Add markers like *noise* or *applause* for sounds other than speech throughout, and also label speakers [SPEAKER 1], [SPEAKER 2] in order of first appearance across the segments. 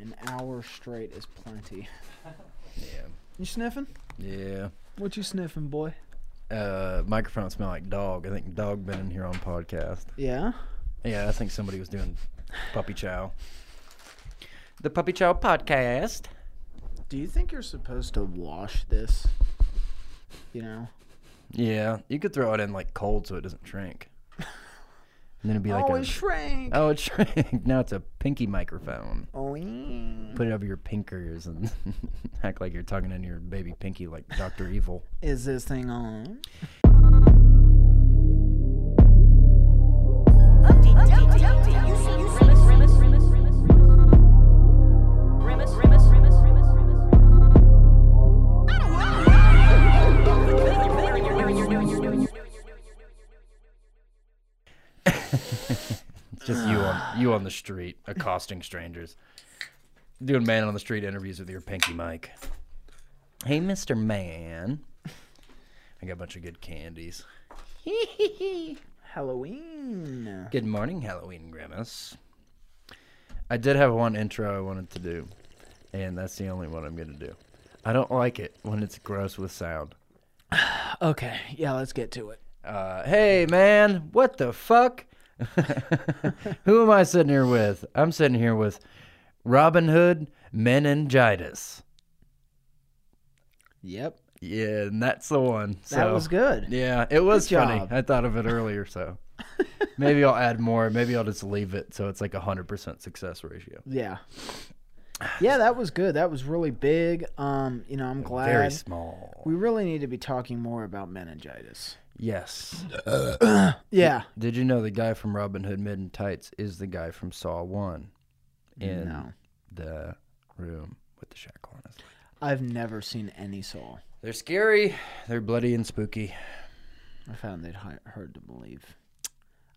[SPEAKER 1] An hour straight is plenty.
[SPEAKER 2] Yeah.
[SPEAKER 1] You sniffing?
[SPEAKER 2] Yeah.
[SPEAKER 1] What you sniffing, boy?
[SPEAKER 2] Uh, microphone smell like dog. I think dog been in here on podcast.
[SPEAKER 1] Yeah.
[SPEAKER 2] Yeah, I think somebody was doing puppy chow. The puppy chow podcast.
[SPEAKER 1] Do you think you're supposed to wash this? You know?
[SPEAKER 2] Yeah, you could throw it in like cold so it doesn't shrink. And then *laughs* it'd be like
[SPEAKER 1] oh,
[SPEAKER 2] a,
[SPEAKER 1] it shrank.
[SPEAKER 2] oh, it shrank. *laughs* Now it's a pinky microphone.
[SPEAKER 1] Oh, yeah.
[SPEAKER 2] Put it over your pinkers and *laughs* act like you're talking into your baby pinky like Doctor Evil.
[SPEAKER 1] Is this thing on?
[SPEAKER 2] It's Just you on you on the street accosting strangers, doing man on the street interviews with your pinky mic. Hey, Mister Man, I got a bunch of good candies.
[SPEAKER 1] Halloween.
[SPEAKER 2] Good morning, Halloween Grimace. I did have one intro I wanted to do, and that's the only one I'm going to do. I don't like it when it's gross with sound.
[SPEAKER 1] Okay, yeah, let's get to it.
[SPEAKER 2] Uh, hey, man, what the fuck? *laughs* Who am I sitting here with? I'm sitting here with Robin Hood Meningitis.
[SPEAKER 1] Yep.
[SPEAKER 2] Yeah, and that's the one. So,
[SPEAKER 1] That was good.
[SPEAKER 2] Yeah, it was
[SPEAKER 1] Good
[SPEAKER 2] funny.
[SPEAKER 1] job.
[SPEAKER 2] I thought of it earlier, *laughs* so maybe I'll add more. Maybe I'll just leave it so it's like a 100% success ratio.
[SPEAKER 1] Yeah. Yeah, that was good. That was really big. Um, you know, I'm glad
[SPEAKER 2] Very small.
[SPEAKER 1] we really need to be talking more about meningitis.
[SPEAKER 2] Yes.
[SPEAKER 1] Yeah.
[SPEAKER 2] Did you know the guy from Robin Hood Mid and Tights is the guy from Saw One in
[SPEAKER 1] No.
[SPEAKER 2] the room with the shackle on his leg?
[SPEAKER 1] I've never seen any soul.
[SPEAKER 2] They're scary. They're bloody and spooky.
[SPEAKER 1] I found it hi- hard to believe.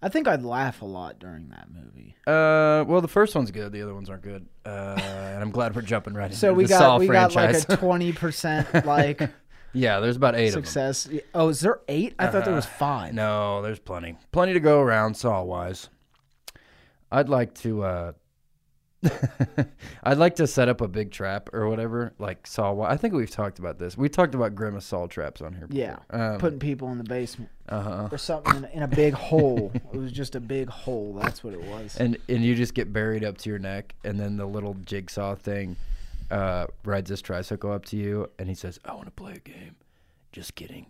[SPEAKER 1] I think I'd laugh a lot during that movie.
[SPEAKER 2] Uh, well, the first one's good. The other ones aren't good. Uh, and I'm glad we're jumping
[SPEAKER 1] *laughs*
[SPEAKER 2] right
[SPEAKER 1] So
[SPEAKER 2] into
[SPEAKER 1] we
[SPEAKER 2] the
[SPEAKER 1] got
[SPEAKER 2] Saw
[SPEAKER 1] we
[SPEAKER 2] franchise. *laughs*
[SPEAKER 1] got like a twenty percent like
[SPEAKER 2] yeah, there's about eight of them.
[SPEAKER 1] success. Oh, is there eight? I thought there was five.
[SPEAKER 2] Uh, No, there's plenty. Plenty to go around saw wise. I'd like to uh *laughs* I'd like to set up a big trap or whatever, like saw wise. I think we've talked about this. We talked about grimace saw traps on here.
[SPEAKER 1] Yeah,
[SPEAKER 2] Um,
[SPEAKER 1] putting people in the basement
[SPEAKER 2] uh-huh.
[SPEAKER 1] or something in, in a big hole. It was just a big hole. That's what it was.
[SPEAKER 2] And and you just get buried up to your neck and then the little jigsaw thing uh rides his tricycle up to you and he says, "I want to play a game." Just kidding.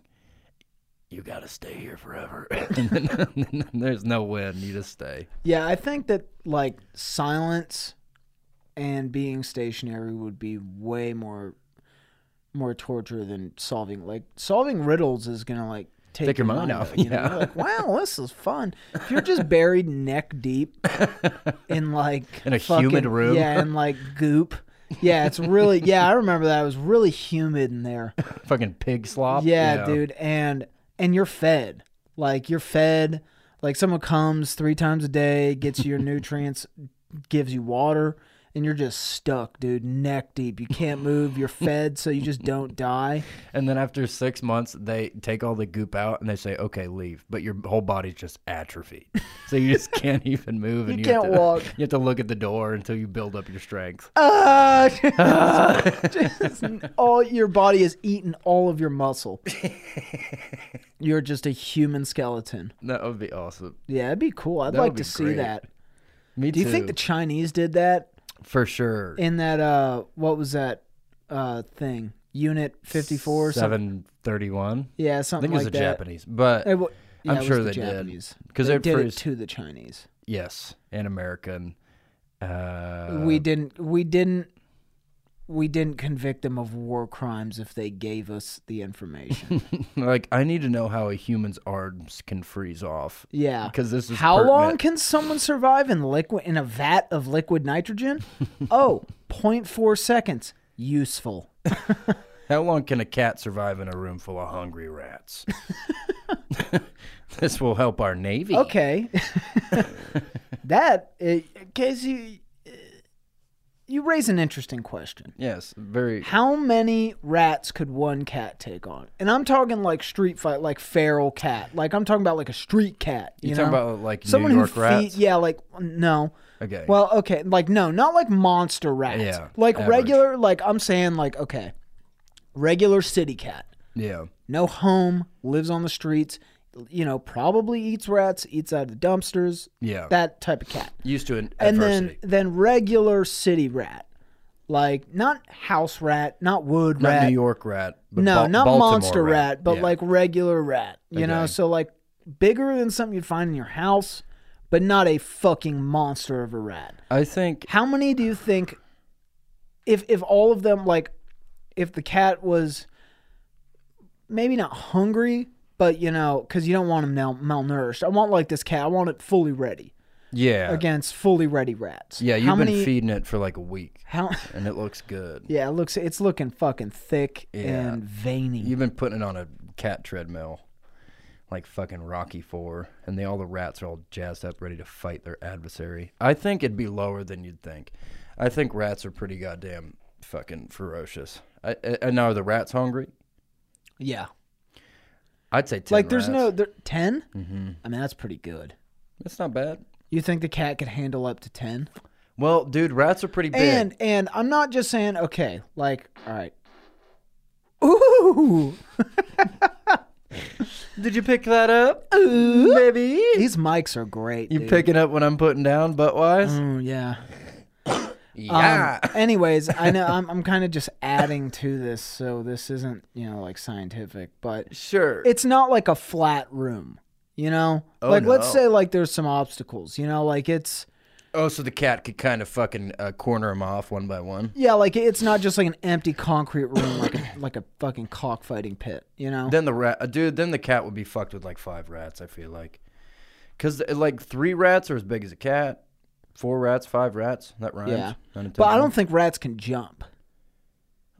[SPEAKER 2] You got to stay here forever. *laughs* and then, and then there's no win. You just stay.
[SPEAKER 1] Yeah, I think that like silence and being stationary would be way more more torture than solving like solving riddles is gonna like take,
[SPEAKER 2] Take your mind off,
[SPEAKER 1] You know?
[SPEAKER 2] yeah.
[SPEAKER 1] You're like, wow, this is fun. If you're just buried neck
[SPEAKER 2] *laughs*
[SPEAKER 1] deep in like
[SPEAKER 2] In a humid room.
[SPEAKER 1] yeah, in like goop. Yeah, it's really yeah. I remember that it was really humid in there.
[SPEAKER 2] fucking pig slop.
[SPEAKER 1] Yeah,
[SPEAKER 2] you know.
[SPEAKER 1] dude, and and you're fed. Like you're fed. Like someone comes three times a day, gets
[SPEAKER 2] *laughs*
[SPEAKER 1] you your nutrients, gives you water, and you're just stuck, dude, neck deep. You can't move. You're fed, so you just don't
[SPEAKER 2] *laughs*
[SPEAKER 1] die. *laughs*
[SPEAKER 2] And then after six months, they take all the goop out and they say, "Okay, leave," but your whole body's just atrophy, so
[SPEAKER 1] *laughs*
[SPEAKER 2] you just can't even move. And
[SPEAKER 1] You
[SPEAKER 2] you,
[SPEAKER 1] can't
[SPEAKER 2] have to,
[SPEAKER 1] walk.
[SPEAKER 2] *laughs* You have to look at the door until you build up your strength.
[SPEAKER 1] Ah, just, all your body is eating all of your
[SPEAKER 2] *laughs*
[SPEAKER 1] muscle. You're just a human skeleton.
[SPEAKER 2] That would be awesome.
[SPEAKER 1] Yeah, that'd be cool. I'd
[SPEAKER 2] That would
[SPEAKER 1] like
[SPEAKER 2] be
[SPEAKER 1] to see
[SPEAKER 2] great.
[SPEAKER 1] that.
[SPEAKER 2] Me
[SPEAKER 1] Do
[SPEAKER 2] too.
[SPEAKER 1] you think the Chinese did that?
[SPEAKER 2] for sure?
[SPEAKER 1] in that uh what was that uh thing unit 54 or something
[SPEAKER 2] Seven thirty-one.
[SPEAKER 1] yeah
[SPEAKER 2] I
[SPEAKER 1] something
[SPEAKER 2] think it was
[SPEAKER 1] like
[SPEAKER 2] the
[SPEAKER 1] that
[SPEAKER 2] Japanese, but
[SPEAKER 1] It wa- yeah,
[SPEAKER 2] I'm
[SPEAKER 1] it was
[SPEAKER 2] sure
[SPEAKER 1] the
[SPEAKER 2] they did.
[SPEAKER 1] Japanese.
[SPEAKER 2] 'Cause
[SPEAKER 1] they
[SPEAKER 2] at
[SPEAKER 1] did
[SPEAKER 2] first-
[SPEAKER 1] it to the chinese
[SPEAKER 2] yes, an American. Uh,
[SPEAKER 1] we didn't we didn't we didn't convict them of war crimes if they gave us the
[SPEAKER 2] *laughs*
[SPEAKER 1] information
[SPEAKER 2] like I need to know how a human's arms can freeze off.
[SPEAKER 1] yeah
[SPEAKER 2] Because this is
[SPEAKER 1] how long
[SPEAKER 2] pertinent.
[SPEAKER 1] can someone survive in liquid in a vat of liquid
[SPEAKER 2] *laughs*
[SPEAKER 1] nitrogen oh 0.4 seconds useful
[SPEAKER 2] How long can a cat survive in a room full of
[SPEAKER 1] *laughs*
[SPEAKER 2] hungry rats? *laughs* this will help our navy.
[SPEAKER 1] Okay.
[SPEAKER 2] *laughs*
[SPEAKER 1] that, uh, Casey, uh, you raise an interesting question.
[SPEAKER 2] Yes, very.
[SPEAKER 1] How many rats could one cat take on? And I'm talking like street fight, like feral cat. Like I'm talking about like a street cat. You
[SPEAKER 2] You
[SPEAKER 1] know?
[SPEAKER 2] talking about like
[SPEAKER 1] someone
[SPEAKER 2] New
[SPEAKER 1] who
[SPEAKER 2] York rats?
[SPEAKER 1] feed- yeah, like no,
[SPEAKER 2] Okay.
[SPEAKER 1] Well, okay, like no, not like monster rats.
[SPEAKER 2] Yeah,
[SPEAKER 1] Like
[SPEAKER 2] average.
[SPEAKER 1] regular, like I'm saying, like okay, regular city cat,
[SPEAKER 2] yeah.
[SPEAKER 1] no home, lives on the streets, you know, probably eats rats, eats out of the dumpsters,
[SPEAKER 2] Yeah.
[SPEAKER 1] that type of cat.
[SPEAKER 2] Used to an
[SPEAKER 1] And
[SPEAKER 2] adversity.
[SPEAKER 1] then then regular city rat, like not house rat, not wood
[SPEAKER 2] not
[SPEAKER 1] rat,
[SPEAKER 2] New York rat. But
[SPEAKER 1] no,
[SPEAKER 2] Ba-
[SPEAKER 1] not
[SPEAKER 2] Baltimore
[SPEAKER 1] monster rat, but
[SPEAKER 2] Yeah.
[SPEAKER 1] like regular rat. You know,
[SPEAKER 2] Okay.
[SPEAKER 1] so like bigger than something you'd find in your house, but not a fucking monster of a rat.
[SPEAKER 2] I think
[SPEAKER 1] How many do you think if if all of them like if the cat was maybe not hungry, but you know, cuz you don't want him mal- malnourished. I want like this cat, I want it fully ready
[SPEAKER 2] yeah.
[SPEAKER 1] against fully ready rats.
[SPEAKER 2] Yeah, you've
[SPEAKER 1] how
[SPEAKER 2] been
[SPEAKER 1] many
[SPEAKER 2] feeding it for like a week
[SPEAKER 1] how *laughs*
[SPEAKER 2] and it looks good.
[SPEAKER 1] Yeah, it looks it's looking fucking thick
[SPEAKER 2] Yeah.
[SPEAKER 1] and veiny.
[SPEAKER 2] You've been putting it on a cat treadmill, like fucking Rocky Four, and they all the rats are all jazzed up, ready to fight their adversary. I think it'd be lower than you'd think. I think rats are pretty goddamn fucking ferocious. I, I, and now are the rats hungry?
[SPEAKER 1] yeah.
[SPEAKER 2] I'd say ten.
[SPEAKER 1] Like there's no
[SPEAKER 2] rats. Mm-hmm.
[SPEAKER 1] there, 10? I mean, that's pretty good.
[SPEAKER 2] That's not bad.
[SPEAKER 1] You think the cat could handle up to 10?
[SPEAKER 2] Well, dude, rats are pretty big.
[SPEAKER 1] And and I'm not just saying okay, like all right. Ooh,
[SPEAKER 2] Did you pick that up, baby?
[SPEAKER 1] *laughs* these mics are great.
[SPEAKER 2] You
[SPEAKER 1] dude.
[SPEAKER 2] picking up what I'm putting down, butt wise?
[SPEAKER 1] Mm, yeah. Um,
[SPEAKER 2] Yeah.
[SPEAKER 1] *laughs* anyways, I know I'm I'm kind of just adding to this, so this isn't you know like scientific, but
[SPEAKER 2] *laughs* sure.
[SPEAKER 1] it's not like a flat room, you know.
[SPEAKER 2] Oh,
[SPEAKER 1] like let's
[SPEAKER 2] no.
[SPEAKER 1] say like there's some obstacles, you know, like it's
[SPEAKER 2] oh, so the cat could kind of fucking uh, corner him off one by one.
[SPEAKER 1] yeah, like it's not just like an empty concrete room like a, like a fucking cockfighting pit, you know.
[SPEAKER 2] Then the rat, uh, dude. Then the cat would be fucked with like five rats. I feel like, cause uh, like three rats are as big as a cat. Four rats, five rats. That rhymes.
[SPEAKER 1] Yeah.
[SPEAKER 2] Unintentional.
[SPEAKER 1] but I don't think rats can jump.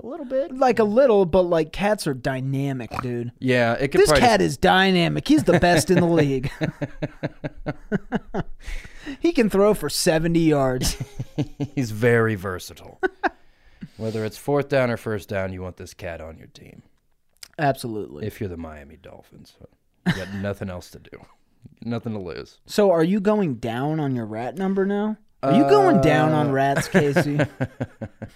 [SPEAKER 2] A little bit.
[SPEAKER 1] Like a little, but like cats are dynamic, dude.
[SPEAKER 2] Yeah, it could
[SPEAKER 1] This
[SPEAKER 2] probably.
[SPEAKER 1] cat is dynamic. He's the best in the
[SPEAKER 2] *laughs*
[SPEAKER 1] league. *laughs* he can throw for 70
[SPEAKER 2] *laughs*
[SPEAKER 1] yards.
[SPEAKER 2] he's very versatile.
[SPEAKER 1] *laughs*
[SPEAKER 2] Whether it's fourth down or first down, you want this cat on your team.
[SPEAKER 1] Absolutely.
[SPEAKER 2] If you're the Miami Dolphins, you got nothing else to do, *laughs* nothing to lose.
[SPEAKER 1] So are you going down on your rat number now? Are you going down
[SPEAKER 2] Uh,
[SPEAKER 1] on rats, Casey?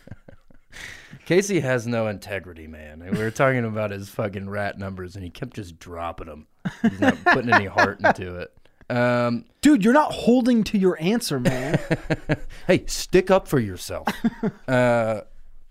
[SPEAKER 2] *laughs* Casey has no integrity, man. And We were talking about his fucking rat numbers, and he kept just dropping them. He's not
[SPEAKER 1] *laughs*
[SPEAKER 2] putting any heart into it. Um,
[SPEAKER 1] Dude, you're not holding to your answer,
[SPEAKER 2] *laughs*
[SPEAKER 1] man.
[SPEAKER 2] hey, stick up for
[SPEAKER 1] *laughs*
[SPEAKER 2] yourself. uh,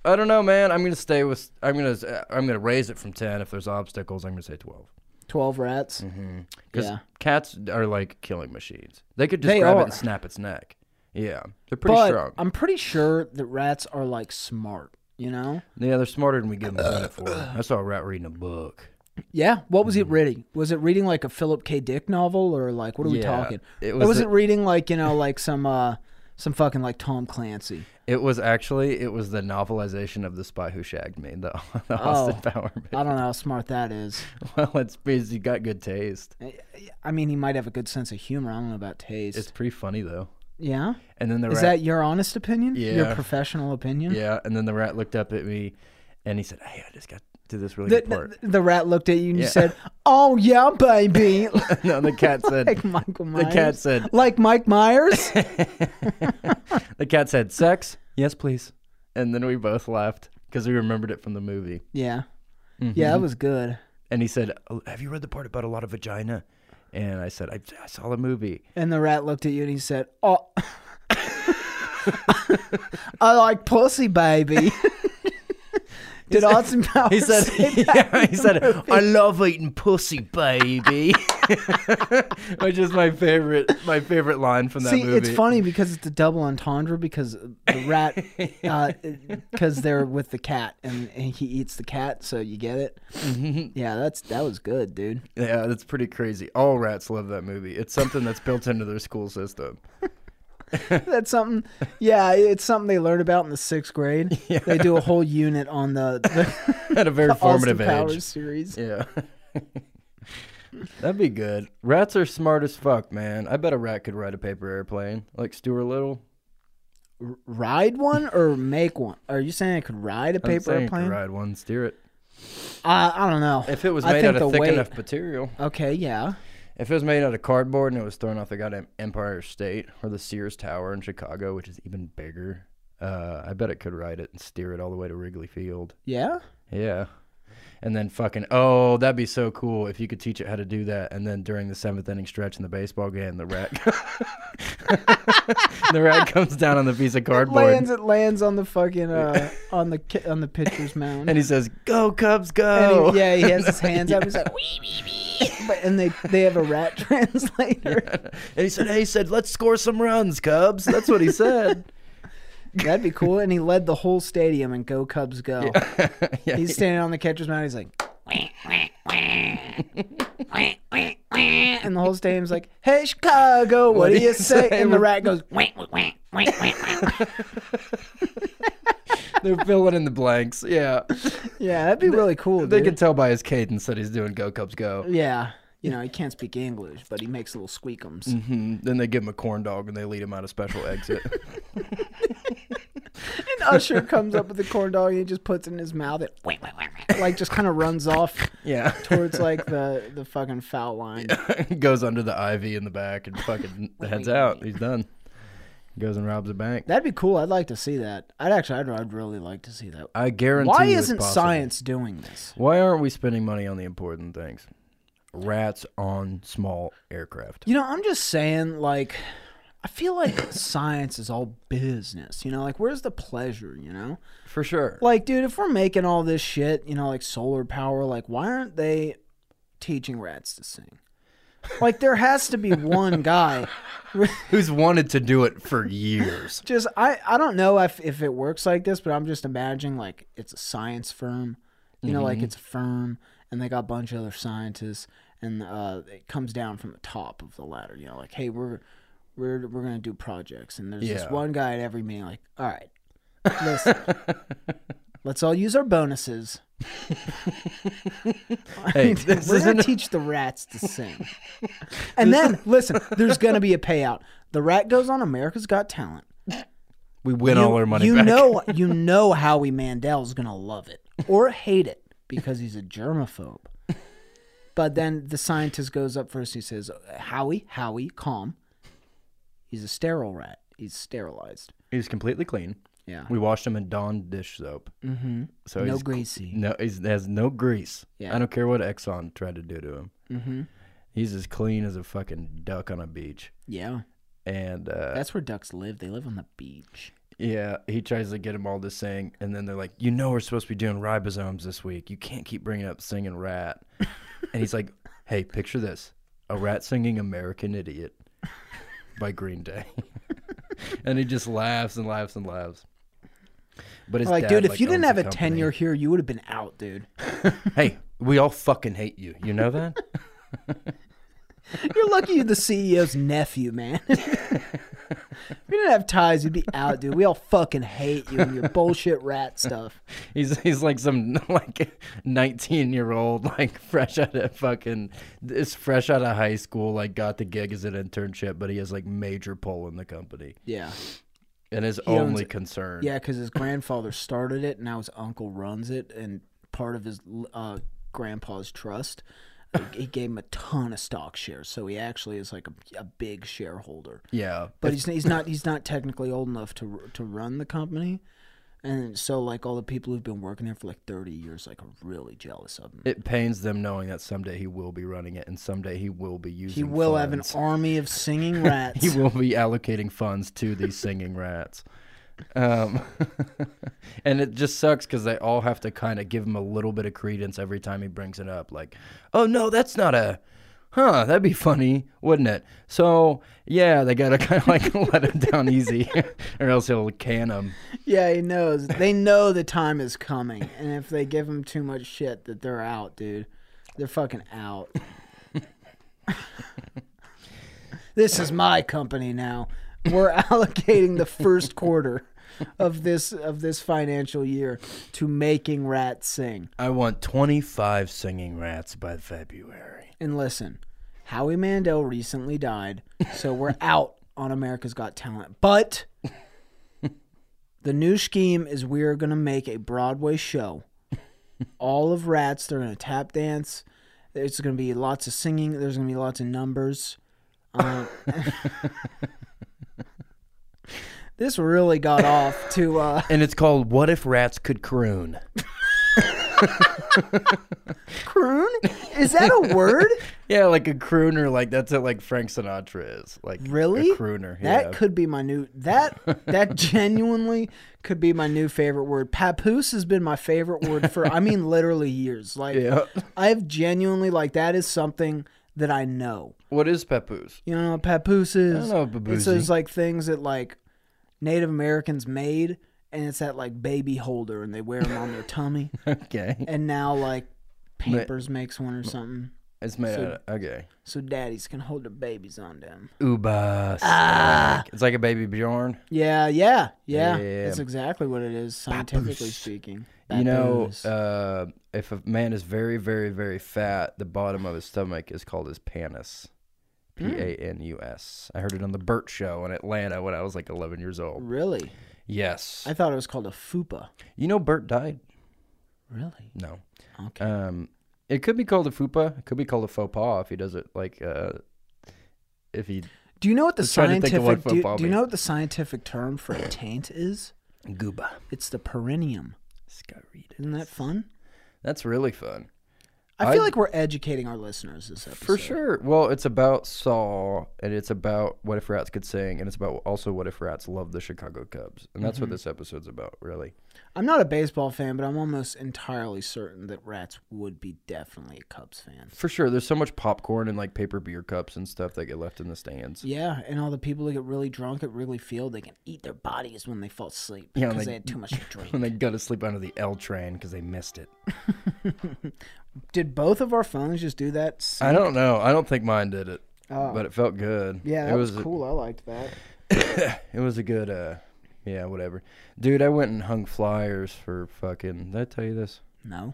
[SPEAKER 2] I don't know, man. I'm gonna stay with. I'm gonna. uh, I'm gonna raise it from ten. If there's obstacles, I'm gonna say twelve.
[SPEAKER 1] 12 rats.
[SPEAKER 2] Mm-hmm. Because
[SPEAKER 1] Yeah.
[SPEAKER 2] cats are like killing machines. They could just
[SPEAKER 1] They
[SPEAKER 2] grab
[SPEAKER 1] are.
[SPEAKER 2] it and snap its neck. Yeah, they're pretty
[SPEAKER 1] But
[SPEAKER 2] strong.
[SPEAKER 1] I'm pretty sure that rats are like smart, you know?
[SPEAKER 2] yeah, they're smarter than we give them credit for.
[SPEAKER 1] *coughs*
[SPEAKER 2] I saw a rat reading a book.
[SPEAKER 1] Yeah. What was it
[SPEAKER 2] Mm-hmm.
[SPEAKER 1] reading? Was it reading like a Philip K. Dick novel, or like what are we
[SPEAKER 2] Yeah,
[SPEAKER 1] talking?
[SPEAKER 2] it
[SPEAKER 1] or
[SPEAKER 2] was
[SPEAKER 1] was
[SPEAKER 2] a-
[SPEAKER 1] it reading like you know like some uh some fucking like Tom Clancy?
[SPEAKER 2] It was actually it was the novelization of the Spy Who Shagged Me, the, *laughs* the
[SPEAKER 1] Oh.
[SPEAKER 2] Austin Power.
[SPEAKER 1] *laughs* I don't know how smart that is.
[SPEAKER 2] Well, it's because you got good taste.
[SPEAKER 1] I mean, he might have a good sense of humor. I don't know about taste.
[SPEAKER 2] It's pretty funny though.
[SPEAKER 1] yeah.
[SPEAKER 2] And then the
[SPEAKER 1] Is
[SPEAKER 2] rat,
[SPEAKER 1] that your honest opinion? Your
[SPEAKER 2] Yeah.
[SPEAKER 1] professional opinion?
[SPEAKER 2] yeah, and then the rat looked up at me, and he said, "Hey, I just got to this really
[SPEAKER 1] The,
[SPEAKER 2] good part."
[SPEAKER 1] the- the rat looked at you and you
[SPEAKER 2] Yeah.
[SPEAKER 1] said, "Oh yeah, baby,"
[SPEAKER 2] no, the
[SPEAKER 1] *laughs*
[SPEAKER 2] cat *laughs* said.
[SPEAKER 1] like Michael
[SPEAKER 2] the
[SPEAKER 1] Myers.
[SPEAKER 2] cat said.
[SPEAKER 1] like Mike
[SPEAKER 2] *laughs*
[SPEAKER 1] Myers.
[SPEAKER 2] The cat said, "Sex? Yes, please." And then we both laughed because we remembered it from the movie.
[SPEAKER 1] yeah.
[SPEAKER 2] Mm-hmm.
[SPEAKER 1] Yeah, that was good.
[SPEAKER 2] And he said, oh, "Have you read the part about a lot of vagina?" And I said, "I, I saw the movie."
[SPEAKER 1] And the rat looked at you and he said, "Oh, I like pussy,
[SPEAKER 2] *laughs*
[SPEAKER 1] baby." Did Austin Powers?
[SPEAKER 2] He said,
[SPEAKER 1] say that?
[SPEAKER 2] *laughs* yeah, he said, I love eating pussy, baby. *laughs* Which is my favorite, my favorite line from that
[SPEAKER 1] "See,
[SPEAKER 2] movie.
[SPEAKER 1] it's funny because it's a double entendre because the
[SPEAKER 2] *laughs*
[SPEAKER 1] rat, uh, because they're with the cat and, and he eats the cat, so you get it."
[SPEAKER 2] Mm-hmm.
[SPEAKER 1] Yeah, that's that was good, dude.
[SPEAKER 2] Yeah, that's pretty crazy. All rats love that movie. It's something that's built into their school system. *laughs*
[SPEAKER 1] That's something. Yeah, it's something they learned about in the sixth
[SPEAKER 2] *laughs*
[SPEAKER 1] grade. They do a whole unit on the, the
[SPEAKER 2] At a very formative
[SPEAKER 1] Austin
[SPEAKER 2] age.
[SPEAKER 1] Powers series.
[SPEAKER 2] Yeah. *laughs* That'd be good. Rats are smart as fuck, man. I bet a rat could ride a paper airplane, like Stuart Little.
[SPEAKER 1] r- ride one or make one? Are you saying I could ride a
[SPEAKER 2] I'm
[SPEAKER 1] paper
[SPEAKER 2] saying it could
[SPEAKER 1] airplane?
[SPEAKER 2] ride one, steer it.
[SPEAKER 1] I I don't know.
[SPEAKER 2] If it was
[SPEAKER 1] I
[SPEAKER 2] made
[SPEAKER 1] think
[SPEAKER 2] out of
[SPEAKER 1] the
[SPEAKER 2] thick
[SPEAKER 1] weight-
[SPEAKER 2] enough material.
[SPEAKER 1] Okay, yeah.
[SPEAKER 2] If it was made out of cardboard and it was thrown off the goddamn Empire State or the Sears Tower in Chicago, which is even bigger, uh, I bet it could ride it and steer it all the way to Wrigley Field.
[SPEAKER 1] Yeah.
[SPEAKER 2] Yeah. And then fucking, oh, that'd be so cool if you could teach it how to do that. And then during the seventh inning stretch in the baseball game, the rat, *laughs* the rat comes down on the piece of cardboard
[SPEAKER 1] Lands it lands on the fucking uh, *laughs* on the ki- on the pitcher's mound.
[SPEAKER 2] and oh. he says, "Go Cubs,
[SPEAKER 1] And
[SPEAKER 2] go!"
[SPEAKER 1] he, yeah, he has
[SPEAKER 2] *laughs*
[SPEAKER 1] his hands up. He's like, wee, wee, wee. But, and they, they have a rat *laughs* translator.
[SPEAKER 2] And he said, "Hey, he said, let's score some runs, Cubs." That's what he said.
[SPEAKER 1] That'd be cool. And he led the whole stadium in Go Cubs Go.
[SPEAKER 2] *laughs* yeah,
[SPEAKER 1] He's standing on the catcher's mound. He's like, and the whole stadium's
[SPEAKER 2] *laughs*
[SPEAKER 1] like, hey, Chicago, what, do you say? And the rat goes,
[SPEAKER 2] they're filling in the blanks. Yeah,
[SPEAKER 1] yeah, that'd be really cool.
[SPEAKER 2] they
[SPEAKER 1] dude.
[SPEAKER 2] can tell by his cadence that he's doing "Go Cubs, go."
[SPEAKER 1] Yeah. You know, he can't speak English, but he makes little squeakums.
[SPEAKER 2] hmm Then they give him a corn dog and they lead him out a special
[SPEAKER 1] *laughs*
[SPEAKER 2] exit.
[SPEAKER 1] And Usher comes up with the corn dog and he just puts it in his mouth. It like just kind of runs off
[SPEAKER 2] *laughs* yeah,
[SPEAKER 1] towards like the the fucking foul line.
[SPEAKER 2] goes under the ivy in the back and fucking heads out. He's done. Goes and robs a bank.
[SPEAKER 1] That'd be cool. I'd like to see that. I'd actually, I'd, I'd really like to see that.
[SPEAKER 2] I guarantee.
[SPEAKER 1] Why
[SPEAKER 2] you it's
[SPEAKER 1] isn't
[SPEAKER 2] possible.
[SPEAKER 1] science doing this?
[SPEAKER 2] Why aren't we spending money on the important things? Rats on small aircraft.
[SPEAKER 1] You know, I'm just saying, like, I feel like science is all business. You know, like, where's the pleasure? You know,
[SPEAKER 2] For sure.
[SPEAKER 1] like, dude, if we're making all this shit, you know, like solar power, like, why aren't they teaching rats to sing? Like, there has to be one guy.
[SPEAKER 2] Who's wanted to do it for years?
[SPEAKER 1] just I I don't know if if it works like this, but I'm just imagining like it's a science firm, you know,
[SPEAKER 2] Mm-hmm.
[SPEAKER 1] like it's a firm, and they got a bunch of other scientists, and uh, it comes down from the top of the ladder, you know, like hey, we're we're we're gonna do projects, and there's this
[SPEAKER 2] Yeah.
[SPEAKER 1] one guy at every meeting, like, all right,
[SPEAKER 2] *laughs*
[SPEAKER 1] listen, let's all use our bonuses.
[SPEAKER 2] Hey,
[SPEAKER 1] *laughs* We're
[SPEAKER 2] this
[SPEAKER 1] gonna
[SPEAKER 2] isn't.
[SPEAKER 1] teach the rats to
[SPEAKER 2] *laughs*
[SPEAKER 1] sing, and then listen. There's gonna be a payout. The rat goes on America's Got Talent.
[SPEAKER 2] We win all our money
[SPEAKER 1] you
[SPEAKER 2] back.
[SPEAKER 1] know, you know, Howie Mandel's gonna love it or hate it because he's a germaphobe. But then the scientist goes up first. He says, "Howie, Howie, calm. He's a sterile rat. He's sterilized.
[SPEAKER 2] *laughs* He's completely clean.
[SPEAKER 1] Yeah,
[SPEAKER 2] We washed him in Dawn dish soap.
[SPEAKER 1] mm-hmm.
[SPEAKER 2] So
[SPEAKER 1] no
[SPEAKER 2] he's
[SPEAKER 1] greasy.
[SPEAKER 2] no, he's has no grease.
[SPEAKER 1] Yeah.
[SPEAKER 2] I don't care what Exxon tried to do to him.
[SPEAKER 1] Mm-hmm.
[SPEAKER 2] He's as clean as a fucking duck on a beach.
[SPEAKER 1] Yeah,
[SPEAKER 2] And uh,
[SPEAKER 1] that's where ducks live. They live on the beach.
[SPEAKER 2] yeah, he tries to get him all to sing, and then they're like, "You know, we're supposed to be doing ribosomes this week. You can't keep bringing up singing rat." and
[SPEAKER 1] *laughs*
[SPEAKER 2] he's like, "Hey, picture this: a rat singing American Idiot by Green Day." *laughs* and he just laughs and laughs and laughs. But his
[SPEAKER 1] Like,
[SPEAKER 2] dad,
[SPEAKER 1] dude, if
[SPEAKER 2] like,
[SPEAKER 1] you didn't
[SPEAKER 2] owns
[SPEAKER 1] have
[SPEAKER 2] the
[SPEAKER 1] a
[SPEAKER 2] company.
[SPEAKER 1] tenure here, you would have been out, dude.
[SPEAKER 2] hey, we all fucking hate you. You know that?
[SPEAKER 1] You're lucky you're the CEO's nephew, man. *laughs* if you didn't have ties, you'd be out, dude. We all fucking hate you and your bullshit rat stuff.
[SPEAKER 2] He's he's like some *laughs* like nineteen year old like fresh out of fucking is fresh out of high school like got the gig as an internship, but he has like major pull in the company
[SPEAKER 1] Yeah.
[SPEAKER 2] and his
[SPEAKER 1] owns
[SPEAKER 2] only
[SPEAKER 1] it.
[SPEAKER 2] concern.
[SPEAKER 1] Yeah, because his grandfather started it, and now his uncle runs it, and part of his uh, grandpa's trust. He gave him a ton of stock shares, so he actually is like a, a big shareholder.
[SPEAKER 2] yeah.
[SPEAKER 1] But he's he's not he's not technically old enough to r- to run the company, and so like all the people who've been working there for like thirty years, like are really jealous of him.
[SPEAKER 2] It pains them knowing that someday he will be running it and someday he will be using.
[SPEAKER 1] He will have an
[SPEAKER 2] funds.
[SPEAKER 1] army of singing rats.
[SPEAKER 2] He will be allocating funds to these singing rats. Um, *laughs* and it just sucks because they all have to kind of give him a little bit of credence every time he brings it up. Like, oh, no, that's not a. Huh, that'd be funny, wouldn't it? So, yeah, they gotta *laughs* kind of like let him down easy, *laughs* or else he'll can him.
[SPEAKER 1] yeah, he knows. They know the time is coming, and if they give him too much shit, that they're out, dude. They're fucking out. this is my company now. We're *laughs* allocating the first quarter of this of this financial year to making rats sing.
[SPEAKER 2] I want 25 singing rats by February.
[SPEAKER 1] And listen, Howie Mandel recently died, so we're out on America's Got Talent. But the new scheme is we are going to make a Broadway show. All of rats, they're going to tap dance It's going to be lots of singing. There's going to be lots of numbers. Um, *laughs* this really got off to. Uh,
[SPEAKER 2] And it's called What If Rats Could Croon?
[SPEAKER 1] croon? Is that a word?
[SPEAKER 2] *laughs* Yeah, like a crooner, like that's it, like Frank Sinatra is. Like
[SPEAKER 1] Really?
[SPEAKER 2] a crooner.
[SPEAKER 1] That
[SPEAKER 2] yeah.
[SPEAKER 1] could be my new that
[SPEAKER 2] *laughs*
[SPEAKER 1] that genuinely could be my new favorite word. Papoose has been my favorite word for I
[SPEAKER 2] *laughs*
[SPEAKER 1] mean literally years. Like
[SPEAKER 2] Yeah.
[SPEAKER 1] I've genuinely like that is something that I know.
[SPEAKER 2] What is papoose?
[SPEAKER 1] You know, papoose is
[SPEAKER 2] I don't know
[SPEAKER 1] it's
[SPEAKER 2] papoose.
[SPEAKER 1] those like things that like Native Americans made and it's that like baby holder and they wear them on their
[SPEAKER 2] *laughs*
[SPEAKER 1] tummy.
[SPEAKER 2] *laughs* okay.
[SPEAKER 1] And now like Pampers makes one or something.
[SPEAKER 2] It's made out of, okay.
[SPEAKER 1] So daddies can hold their babies on them.
[SPEAKER 2] Uba. slag. It's like a baby Bjorn.
[SPEAKER 1] Yeah, yeah, yeah.
[SPEAKER 2] Yeah.
[SPEAKER 1] That's exactly what it is, scientifically speaking.
[SPEAKER 2] You know,
[SPEAKER 1] Baboons.
[SPEAKER 2] uh, if a man is very, very, very fat, the bottom of his stomach is called his panis. P A N U S. I heard it on the Burt Show in Atlanta when I was like 11 years old.
[SPEAKER 1] really?
[SPEAKER 2] Yes.
[SPEAKER 1] I thought it was called a fupa.
[SPEAKER 2] You know, Burt died.
[SPEAKER 1] Really?
[SPEAKER 2] No.
[SPEAKER 1] Okay.
[SPEAKER 2] Um, it could be called a fupa. It could be called a faux pas if he does it like uh, if he
[SPEAKER 1] do you know what the
[SPEAKER 2] just trying to think of what
[SPEAKER 1] scientific do,
[SPEAKER 2] football
[SPEAKER 1] do you
[SPEAKER 2] means.
[SPEAKER 1] know what the scientific term for a taint is?
[SPEAKER 2] gooba.
[SPEAKER 1] It's the perineum. Isn't that fun?
[SPEAKER 2] That's really fun.
[SPEAKER 1] I feel
[SPEAKER 2] I-
[SPEAKER 1] like we're educating our listeners this episode.
[SPEAKER 2] For sure. Well, it's about Saul, and it's about what if rats could sing, and it's about also what if rats love the Chicago Cubs, and that's what this episode's about, really.
[SPEAKER 1] I'm not a baseball fan, but I'm almost entirely certain that rats would be definitely a Cubs fan.
[SPEAKER 2] For sure. There's so much popcorn and like paper beer cups and stuff that get left in the stands.
[SPEAKER 1] Yeah, and all the people that get really drunk at Wrigley Field, they can eat their bodies when they fall asleep
[SPEAKER 2] Yeah,
[SPEAKER 1] because
[SPEAKER 2] like-
[SPEAKER 1] they had too much
[SPEAKER 2] *laughs*
[SPEAKER 1] to drink.
[SPEAKER 2] *laughs* And they go to sleep under the L train because they missed it.
[SPEAKER 1] Did both of our phones just do that?
[SPEAKER 2] I don't know. I don't think mine did it,
[SPEAKER 1] Oh.
[SPEAKER 2] but it felt good.
[SPEAKER 1] Yeah,
[SPEAKER 2] it
[SPEAKER 1] that was,
[SPEAKER 2] a-
[SPEAKER 1] cool. I liked that.
[SPEAKER 2] It was a good, uh, yeah, whatever. Dude, I went and hung flyers for fucking. Did I tell you this?
[SPEAKER 1] No.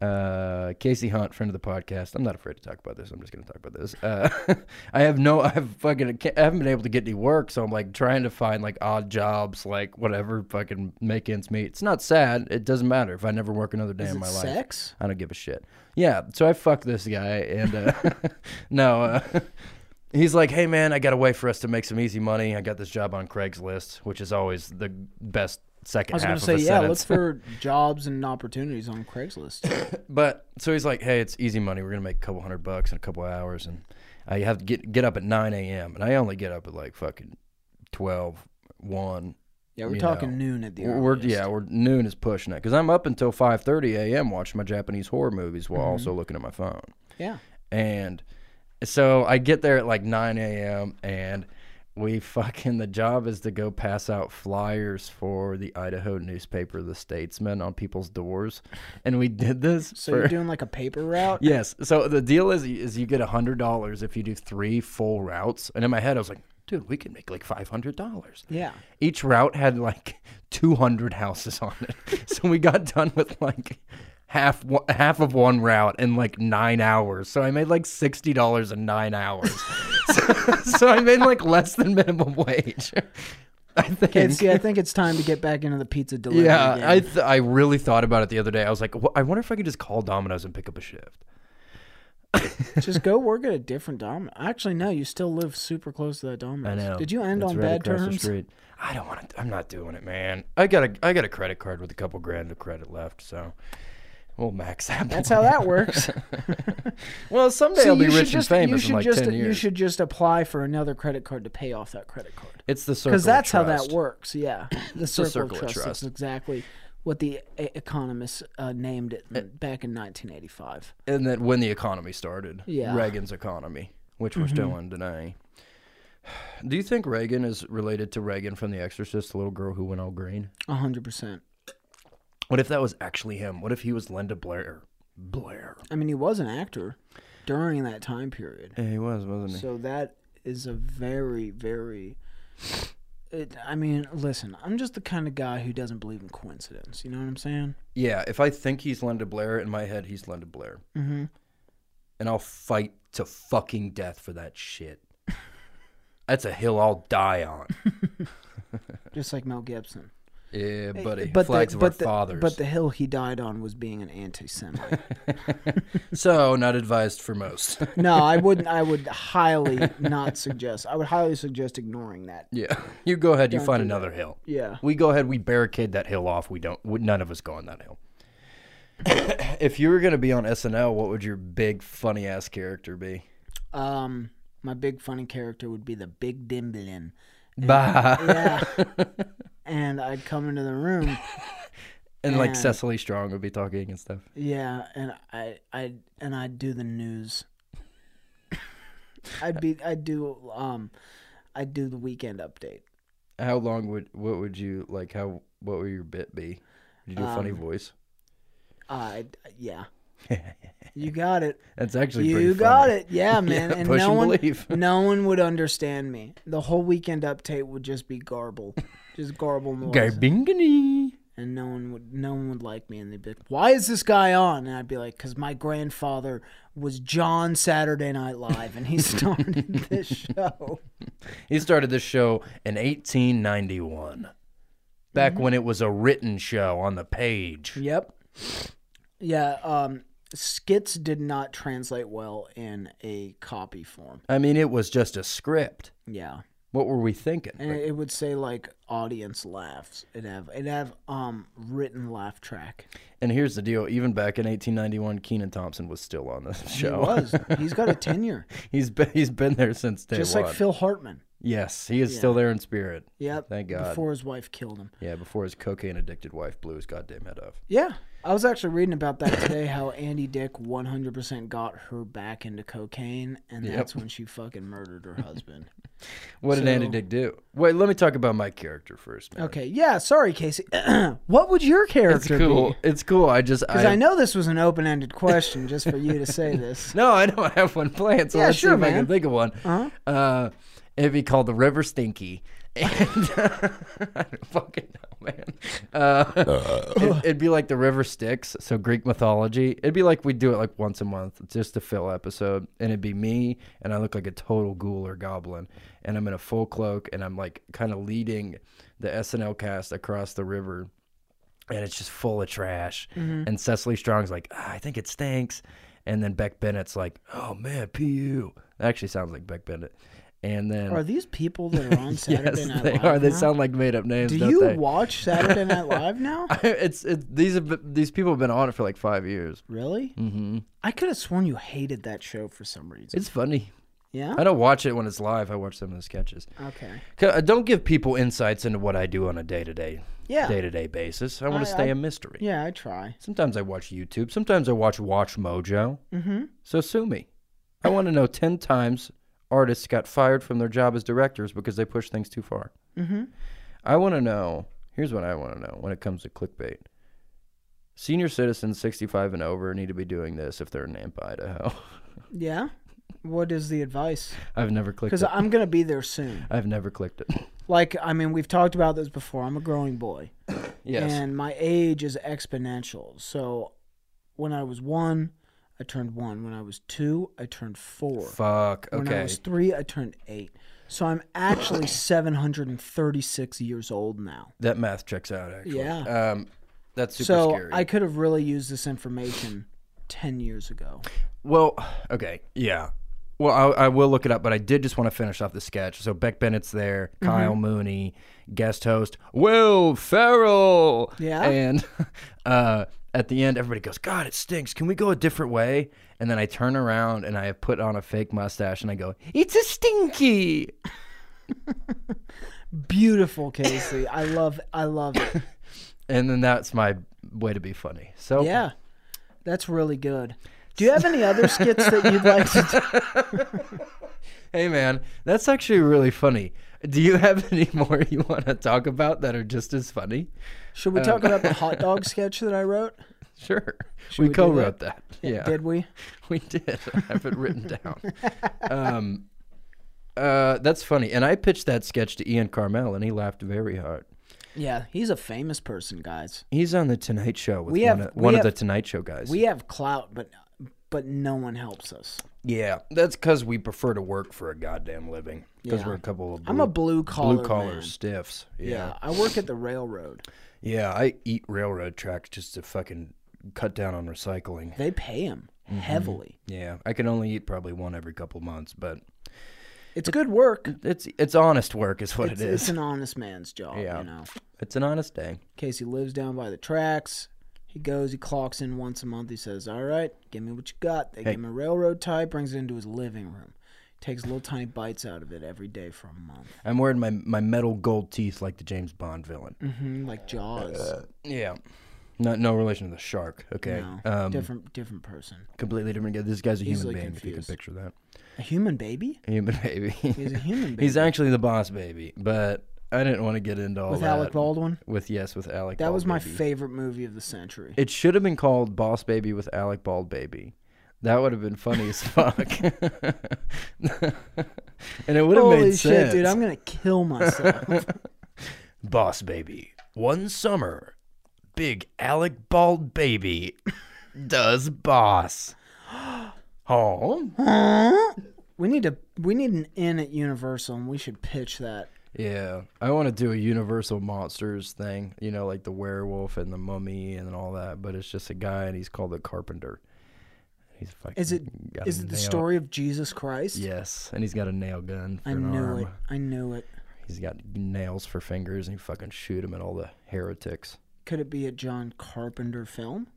[SPEAKER 2] Uh, Casey Hunt, friend of the podcast. I'm not afraid to talk about this. I'm just gonna talk about this. Uh, *laughs* I have no, I have fucking, I haven't been able to get any work, so I'm like trying to find like odd jobs, like whatever, fucking make ends meet. It's not sad. It doesn't matter if I never work another day
[SPEAKER 1] Is
[SPEAKER 2] in
[SPEAKER 1] it
[SPEAKER 2] my life.
[SPEAKER 1] sex?
[SPEAKER 2] I don't give a shit. Yeah, so I fuck this guy, and uh, *laughs* no, uh, *laughs* he's like, "Hey man, I got a way for us to make some easy money. I got this job on Craigslist, which is always the best second
[SPEAKER 1] I was
[SPEAKER 2] half
[SPEAKER 1] going
[SPEAKER 2] of
[SPEAKER 1] to say,
[SPEAKER 2] a
[SPEAKER 1] yeah,
[SPEAKER 2] sentence."
[SPEAKER 1] look
[SPEAKER 2] *laughs*
[SPEAKER 1] for jobs and opportunities on Craigslist.
[SPEAKER 2] but so he's like, "Hey, it's easy money. We're gonna make a couple hundred bucks in a couple hours, and I have to get get up at nine a.m. and I only get up at like fucking 12, 1.
[SPEAKER 1] Yeah, we're
[SPEAKER 2] You
[SPEAKER 1] talking noon at the
[SPEAKER 2] We're, we're-
[SPEAKER 1] earliest.
[SPEAKER 2] yeah, we're noon is pushing it because I'm up until five thirty a.m. watching my Japanese horror movies
[SPEAKER 1] Mm-hmm.
[SPEAKER 2] while also looking at my phone.
[SPEAKER 1] Yeah.
[SPEAKER 2] And so I get there at like 9 a.m. and we fucking the job is to go pass out flyers for the Idaho newspaper, The Statesman, on people's doors. And we did this.
[SPEAKER 1] So
[SPEAKER 2] for,
[SPEAKER 1] you're doing like a
[SPEAKER 2] *laughs*
[SPEAKER 1] paper route?
[SPEAKER 2] yes. So the deal is is you get hundred dollars if you do three full routes. And in my head I was like, dude, we can make like five hundred dollars.
[SPEAKER 1] Yeah.
[SPEAKER 2] Each route had like *laughs* two hundred houses on it. *laughs* so we got done with like half one- half of one route in like nine hours. So I made like sixty dollars in nine hours. *laughs* so, *laughs* so I made like less than minimum wage. *laughs* I think
[SPEAKER 1] Kids, see, I think it's time to get back into the
[SPEAKER 2] *laughs*
[SPEAKER 1] pizza delivery.
[SPEAKER 2] yeah,
[SPEAKER 1] game.
[SPEAKER 2] I th- I really thought about it the other day. I was like, "Wh- I wonder if I could just call Domino's and pick up a shift. *laughs*
[SPEAKER 1] Just go work at a different Domino's. Actually, no, you still live super close to that Domino's. Did you end
[SPEAKER 2] It's
[SPEAKER 1] on
[SPEAKER 2] right
[SPEAKER 1] bad
[SPEAKER 2] across the
[SPEAKER 1] terms?
[SPEAKER 2] street. I don't want to. I'm not doing it, man. I got a I got a credit card with a couple grand of credit left, so we'll max *laughs* out.
[SPEAKER 1] That's how that
[SPEAKER 2] *laughs*
[SPEAKER 1] works.
[SPEAKER 2] well, someday
[SPEAKER 1] See,
[SPEAKER 2] I'll be
[SPEAKER 1] you should
[SPEAKER 2] rich and
[SPEAKER 1] just- you
[SPEAKER 2] famous
[SPEAKER 1] should
[SPEAKER 2] in like
[SPEAKER 1] just,
[SPEAKER 2] ten years.
[SPEAKER 1] You should just apply for another credit card to pay off that credit card.
[SPEAKER 2] It's the circle.
[SPEAKER 1] because that's how that works.
[SPEAKER 2] works. *clears throat*
[SPEAKER 1] Yeah, the circle,
[SPEAKER 2] a
[SPEAKER 1] of trust. That's exactly what the e- economists uh, named it
[SPEAKER 2] Eh.
[SPEAKER 1] in- back in 1985.
[SPEAKER 2] And then when the economy started,
[SPEAKER 1] Yeah. Mm-hmm.
[SPEAKER 2] Reagan's economy, which we're still in today. *sighs* Do you think Reagan is related to Reagan from The Exorcist, the little girl who went all green?
[SPEAKER 1] A hundred percent.
[SPEAKER 2] What if that was actually him? What if he was Linda Blair? Blair.
[SPEAKER 1] I mean, he was an actor during that time period,
[SPEAKER 2] Yeah, he was, wasn't he?
[SPEAKER 1] so that is a very, very. It, I mean, listen, I'm just the kind of guy who doesn't believe in coincidence. You know what I'm saying?
[SPEAKER 2] Yeah, if I think he's Linda Blair, in my head, he's Linda Blair. Mm-hmm. And I'll fight to fucking death for that shit. *laughs*
[SPEAKER 1] *laughs*
[SPEAKER 2] That's a hill I'll die on.
[SPEAKER 1] Just like Mel Gibson.
[SPEAKER 2] Yeah, buddy.
[SPEAKER 1] But
[SPEAKER 2] Flags
[SPEAKER 1] the,
[SPEAKER 2] of
[SPEAKER 1] but
[SPEAKER 2] our
[SPEAKER 1] the,
[SPEAKER 2] fathers.
[SPEAKER 1] But the hill he died on was being an anti-Semite.
[SPEAKER 2] so, not advised for most. *laughs*
[SPEAKER 1] no, I wouldn't. I would highly not suggest. I would highly suggest ignoring that.
[SPEAKER 2] yeah. You go ahead. You
[SPEAKER 1] Don't
[SPEAKER 2] find
[SPEAKER 1] do that.
[SPEAKER 2] another hill.
[SPEAKER 1] Yeah.
[SPEAKER 2] We go ahead. We barricade that hill off. We don't. We, none of us go on that hill. *coughs* if you were gonna be on SNL, what would your big funny ass character be?
[SPEAKER 1] Um, my big funny character would be the big dimblin.
[SPEAKER 2] Bah.
[SPEAKER 1] Yeah. *laughs* and I'd come into the room.
[SPEAKER 2] *laughs* and like
[SPEAKER 1] And-
[SPEAKER 2] Cecily Strong would be talking and stuff.
[SPEAKER 1] Yeah, and I I and I'd do the news. I'd be I'd do um I'd do the weekend update.
[SPEAKER 2] How long would what would you like? How what would your bit be? Would you do a funny
[SPEAKER 1] Um,
[SPEAKER 2] voice?
[SPEAKER 1] Uh *laughs* yeah. You got it.
[SPEAKER 2] That's actually pretty
[SPEAKER 1] You got
[SPEAKER 2] funny.
[SPEAKER 1] it. Yeah, man.
[SPEAKER 2] *laughs* Yeah,
[SPEAKER 1] and
[SPEAKER 2] push
[SPEAKER 1] no
[SPEAKER 2] and
[SPEAKER 1] one
[SPEAKER 2] believe. *laughs*
[SPEAKER 1] no one would understand me. The whole weekend update would just be garble. Just
[SPEAKER 2] *laughs*
[SPEAKER 1] garble noise.
[SPEAKER 2] Garbingani.
[SPEAKER 1] and no one would no one would like me and they'd be like why is this guy on and i'd be like because my grandfather was john saturday night live and he *laughs* started this show
[SPEAKER 2] He started this show in 1891. Back
[SPEAKER 1] Mm-hmm.
[SPEAKER 2] when it was a written show on the page.
[SPEAKER 1] yep yeah um skits did not translate well in a copy form
[SPEAKER 2] I mean, it was just a script.
[SPEAKER 1] yeah
[SPEAKER 2] What were we thinking?
[SPEAKER 1] and it, it would say like audience laughs it'd have it'd have um written laugh track
[SPEAKER 2] And here's the deal: even back in 1891, Keenan Thompson was still on the show.
[SPEAKER 1] he was he's got a tenure
[SPEAKER 2] *laughs* he's been he's been there since day
[SPEAKER 1] just
[SPEAKER 2] one.
[SPEAKER 1] like phil hartman
[SPEAKER 2] yes, he is still there in spirit.
[SPEAKER 1] yep
[SPEAKER 2] Thank God.
[SPEAKER 1] before his wife killed him
[SPEAKER 2] Yeah, before his cocaine addicted wife blew his goddamn head off.
[SPEAKER 1] Yeah. I was actually reading about that today how Andy Dick 100% got her back into cocaine, and
[SPEAKER 2] Yep.
[SPEAKER 1] that's when she fucking murdered her
[SPEAKER 2] *laughs*
[SPEAKER 1] husband.
[SPEAKER 2] What did Andy
[SPEAKER 1] So-
[SPEAKER 2] Dick do? Wait, let me talk about my character first, man.
[SPEAKER 1] okay. Yeah. Sorry, Casey. *clears throat* what would your
[SPEAKER 2] It's
[SPEAKER 1] character
[SPEAKER 2] cool.
[SPEAKER 1] be?
[SPEAKER 2] It's cool. I just
[SPEAKER 1] Because I know this was an open ended question just for you to say
[SPEAKER 2] *laughs*
[SPEAKER 1] this.
[SPEAKER 2] No, I don't have one planned, so
[SPEAKER 1] Yeah,
[SPEAKER 2] let's see
[SPEAKER 1] sure,
[SPEAKER 2] if I can
[SPEAKER 1] man. Uh-huh.
[SPEAKER 2] think of one. uh it'd be called the River Stinky. *laughs* And I don't fucking know, man. Uh, it, it'd be like the River Styx, so Greek mythology. It'd be like we'd do it like once a month, just to fill episode, and it'd be me, and I look like a total ghoul or goblin, and I'm in a full cloak, and I'm like kind of leading the SNL cast across the river and it's just full of trash.
[SPEAKER 1] Mm-hmm.
[SPEAKER 2] And Cecily Strong's like, "Ah, I think it stinks. And then Beck Bennett's like, oh man, PU. That actually sounds like Beck Bennett. And then, *laughs*
[SPEAKER 1] Are these people that are on Saturday
[SPEAKER 2] yes,
[SPEAKER 1] Night
[SPEAKER 2] they
[SPEAKER 1] Live?
[SPEAKER 2] are. They
[SPEAKER 1] now?
[SPEAKER 2] sound like made up names.
[SPEAKER 1] Do
[SPEAKER 2] don't
[SPEAKER 1] you
[SPEAKER 2] they?
[SPEAKER 1] watch Saturday Night Live now?
[SPEAKER 2] *laughs* it's, it's these have been, these people have been on it for like five years.
[SPEAKER 1] Really?
[SPEAKER 2] Mm-hmm.
[SPEAKER 1] I could have sworn you hated that show for some reason.
[SPEAKER 2] It's funny.
[SPEAKER 1] yeah?
[SPEAKER 2] I don't watch it when it's live. I watch some of the sketches.
[SPEAKER 1] Okay.
[SPEAKER 2] 'Cause I don't give people insights into what I do on a day to day
[SPEAKER 1] Yeah.
[SPEAKER 2] day to day basis. I want
[SPEAKER 1] I-
[SPEAKER 2] to stay
[SPEAKER 1] I-
[SPEAKER 2] a mystery.
[SPEAKER 1] Yeah, I try.
[SPEAKER 2] Sometimes I watch YouTube. Sometimes I watch Watch Mojo. Mm-hmm. So sue me. I want to know 10 times artists got fired from their job as directors because they pushed things too far.
[SPEAKER 1] Mm-hmm.
[SPEAKER 2] I want to know here's what I want to know when it comes to clickbait. Senior citizens 65 and over need to be doing this if they're in Nampa, Idaho. *laughs*
[SPEAKER 1] Yeah? What is the advice?
[SPEAKER 2] I've never clicked
[SPEAKER 1] Because
[SPEAKER 2] it.
[SPEAKER 1] I'm gonna be there soon.
[SPEAKER 2] I've never
[SPEAKER 1] *clears throat*
[SPEAKER 2] clicked it.
[SPEAKER 1] Like I mean, we've talked about this before. I'm a growing boy,
[SPEAKER 2] yes.
[SPEAKER 1] and my age is exponential. So, when I was one, I turned one. When I was two, I turned four.
[SPEAKER 2] Fuck.
[SPEAKER 1] When I
[SPEAKER 2] Okay.
[SPEAKER 1] was three, I turned eight. So I'm
[SPEAKER 2] *coughs*
[SPEAKER 1] actually 736 years old now.
[SPEAKER 2] That math checks out, actually.
[SPEAKER 1] Yeah.
[SPEAKER 2] Um, that's super
[SPEAKER 1] so
[SPEAKER 2] scary.
[SPEAKER 1] I could have really used this information ten years ago.
[SPEAKER 2] Well, okay, yeah. Well, I, I will look it up, but I did just want to finish off the sketch. So Beck Bennett's there,
[SPEAKER 1] Mm-hmm.
[SPEAKER 2] Kyle Mooney, guest host Will Ferrell,
[SPEAKER 1] Yeah.
[SPEAKER 2] and *laughs* uh, at the end, everybody goes, "God, it stinks! Can we go a different way?" And then I turn around and I put on a fake mustache and I go, "It's a stinky."
[SPEAKER 1] Beautiful, Casey. I love. I love it.
[SPEAKER 2] *laughs* And then that's my way to be funny. So
[SPEAKER 1] Yeah, that's really good. Do you have any
[SPEAKER 2] *laughs*
[SPEAKER 1] other skits that you'd like to do?
[SPEAKER 2] hey man, that's actually really funny. Do you have *laughs* any more you want to talk about that are just as funny?
[SPEAKER 1] Should we
[SPEAKER 2] Uh,
[SPEAKER 1] talk about the hot dog sketch that I wrote?
[SPEAKER 2] Sure.
[SPEAKER 1] we
[SPEAKER 2] we
[SPEAKER 1] do that?
[SPEAKER 2] co-wrote that. Yeah,
[SPEAKER 1] Did we?
[SPEAKER 2] *laughs* we did. I have
[SPEAKER 1] *laughs*
[SPEAKER 2] it written down. Um, uh, that's funny. And I pitched that sketch to Ian Carmel, and he laughed very hard.
[SPEAKER 1] Yeah, he's a famous person, guys.
[SPEAKER 2] He's on the Tonight Show with
[SPEAKER 1] We
[SPEAKER 2] one,
[SPEAKER 1] have-
[SPEAKER 2] of,
[SPEAKER 1] we
[SPEAKER 2] one
[SPEAKER 1] have-
[SPEAKER 2] of the Tonight Show guys.
[SPEAKER 1] We have clout, but but no one helps us.
[SPEAKER 2] Yeah, that's because we prefer to work for a goddamn living. Because
[SPEAKER 1] Yeah.
[SPEAKER 2] we're a couple of
[SPEAKER 1] I'm a blue
[SPEAKER 2] blue-
[SPEAKER 1] collar.
[SPEAKER 2] blue collar
[SPEAKER 1] man.
[SPEAKER 2] stiffs.
[SPEAKER 1] Yeah.
[SPEAKER 2] Yeah.
[SPEAKER 1] I work at the railroad.
[SPEAKER 2] yeah, I eat railroad tracks just to fucking cut down on recycling.
[SPEAKER 1] They pay him
[SPEAKER 2] Mm-hmm.
[SPEAKER 1] heavily.
[SPEAKER 2] Yeah, I can only eat probably one every couple months, but
[SPEAKER 1] It's good work.
[SPEAKER 2] it's it's honest work is what
[SPEAKER 1] It's,
[SPEAKER 2] it
[SPEAKER 1] it's
[SPEAKER 2] is.
[SPEAKER 1] an honest man's job.
[SPEAKER 2] Yeah.
[SPEAKER 1] You know,
[SPEAKER 2] It's an honest day.
[SPEAKER 1] Casey lives down by the tracks. He goes, he clocks in once a month. He says, "All right, give me what you got." They
[SPEAKER 2] Hey.
[SPEAKER 1] give him a railroad tie, brings it into his living room. Takes little tiny bites out of it every day for a month,
[SPEAKER 2] I'm wearing my my metal gold teeth like the James Bond villain.
[SPEAKER 1] hmm like Jaws.
[SPEAKER 2] Uh, Yeah. No, no relation to the shark. Okay,
[SPEAKER 1] No,
[SPEAKER 2] um,
[SPEAKER 1] different, different person.
[SPEAKER 2] completely different. guy. This guy's a human
[SPEAKER 1] Easily
[SPEAKER 2] being. If you can
[SPEAKER 1] confused.
[SPEAKER 2] picture that,
[SPEAKER 1] A human baby?
[SPEAKER 2] a human *laughs* baby.
[SPEAKER 1] He's a human baby.
[SPEAKER 2] *laughs* He's actually the boss baby, but I didn't want to get into all
[SPEAKER 1] with
[SPEAKER 2] that.
[SPEAKER 1] Alec Baldwin.
[SPEAKER 2] With yes, with Alec.
[SPEAKER 1] That was my
[SPEAKER 2] Baldbaby.
[SPEAKER 1] favorite movie of the century.
[SPEAKER 2] It should have been called Boss Baby with Alec Bald Baby. That would have been funny as fuck. *laughs* and it would have
[SPEAKER 1] Holy
[SPEAKER 2] made
[SPEAKER 1] shit,
[SPEAKER 2] sense.
[SPEAKER 1] dude! I'm gonna kill
[SPEAKER 2] *laughs*
[SPEAKER 1] myself.
[SPEAKER 2] Boss Baby. One summer, big Alec Bald *laughs* Baby does *gasps* boss. Oh.
[SPEAKER 1] Huh? we need to. We need an in at Universal, and we should pitch that.
[SPEAKER 2] Yeah, I want to do a Universal Monsters thing, you know, like the werewolf and the mummy and all that. But it's just a guy, and he's called the Carpenter. He's fucking.
[SPEAKER 1] Is it?
[SPEAKER 2] got a
[SPEAKER 1] Is it the
[SPEAKER 2] nail-
[SPEAKER 1] story of Jesus Christ?
[SPEAKER 2] Yes, and he's got a nail gun for
[SPEAKER 1] I
[SPEAKER 2] an
[SPEAKER 1] knew
[SPEAKER 2] arm.
[SPEAKER 1] it. I knew it.
[SPEAKER 2] He's got nails for fingers, and you fucking shoot him at all the heretics.
[SPEAKER 1] Could it be a John Carpenter film?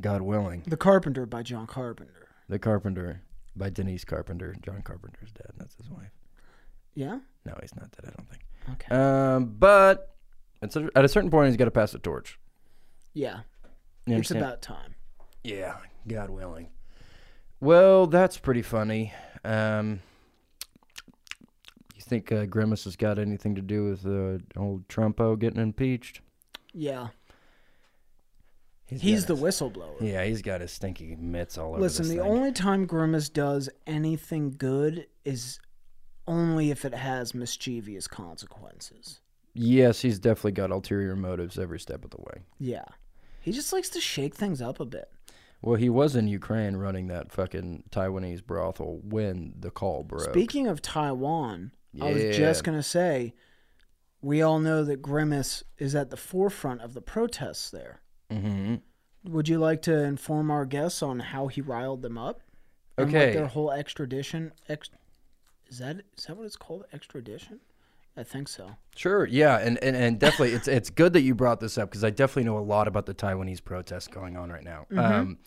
[SPEAKER 2] God willing,
[SPEAKER 1] The Carpenter by John Carpenter.
[SPEAKER 2] the Carpenter by Denise Carpenter. John Carpenter's dead. That's his wife.
[SPEAKER 1] Yeah.
[SPEAKER 2] No, he's not dead. I don't think.
[SPEAKER 1] Okay.
[SPEAKER 2] Um, but at cer- at a certain point, he's got to pass the torch.
[SPEAKER 1] yeah. It's
[SPEAKER 2] You understand?
[SPEAKER 1] about time.
[SPEAKER 2] Yeah, God willing. Well, that's pretty funny. Um, you think uh, Grimace has got anything to do with uh, old Trumpo getting impeached?
[SPEAKER 1] Yeah. He's the
[SPEAKER 2] got
[SPEAKER 1] whistleblower.
[SPEAKER 2] his- yeah. He's got his stinky mitts all over.
[SPEAKER 1] Listen,
[SPEAKER 2] this
[SPEAKER 1] the
[SPEAKER 2] thing.
[SPEAKER 1] only time Grimace does anything good is only if it has mischievous consequences.
[SPEAKER 2] yes, he's definitely got ulterior motives every step of the way.
[SPEAKER 1] Yeah. He just likes to shake things up a bit.
[SPEAKER 2] Well, he was in Ukraine running that fucking Taiwanese brothel when the call broke.
[SPEAKER 1] Speaking of Taiwan, I
[SPEAKER 2] Yeah.
[SPEAKER 1] was just going to say we all know that Grimace is at the forefront of the protests there.
[SPEAKER 2] hmm
[SPEAKER 1] Would you like to inform our guests on how he riled them up? And what
[SPEAKER 2] Okay.
[SPEAKER 1] their whole extradition ex- is that is that what it's called? Extradition? I think so.
[SPEAKER 2] Sure. Yeah, and, and, and definitely, it's it's good that you brought this up because I definitely know a lot about the Taiwanese protests going on right now. Um,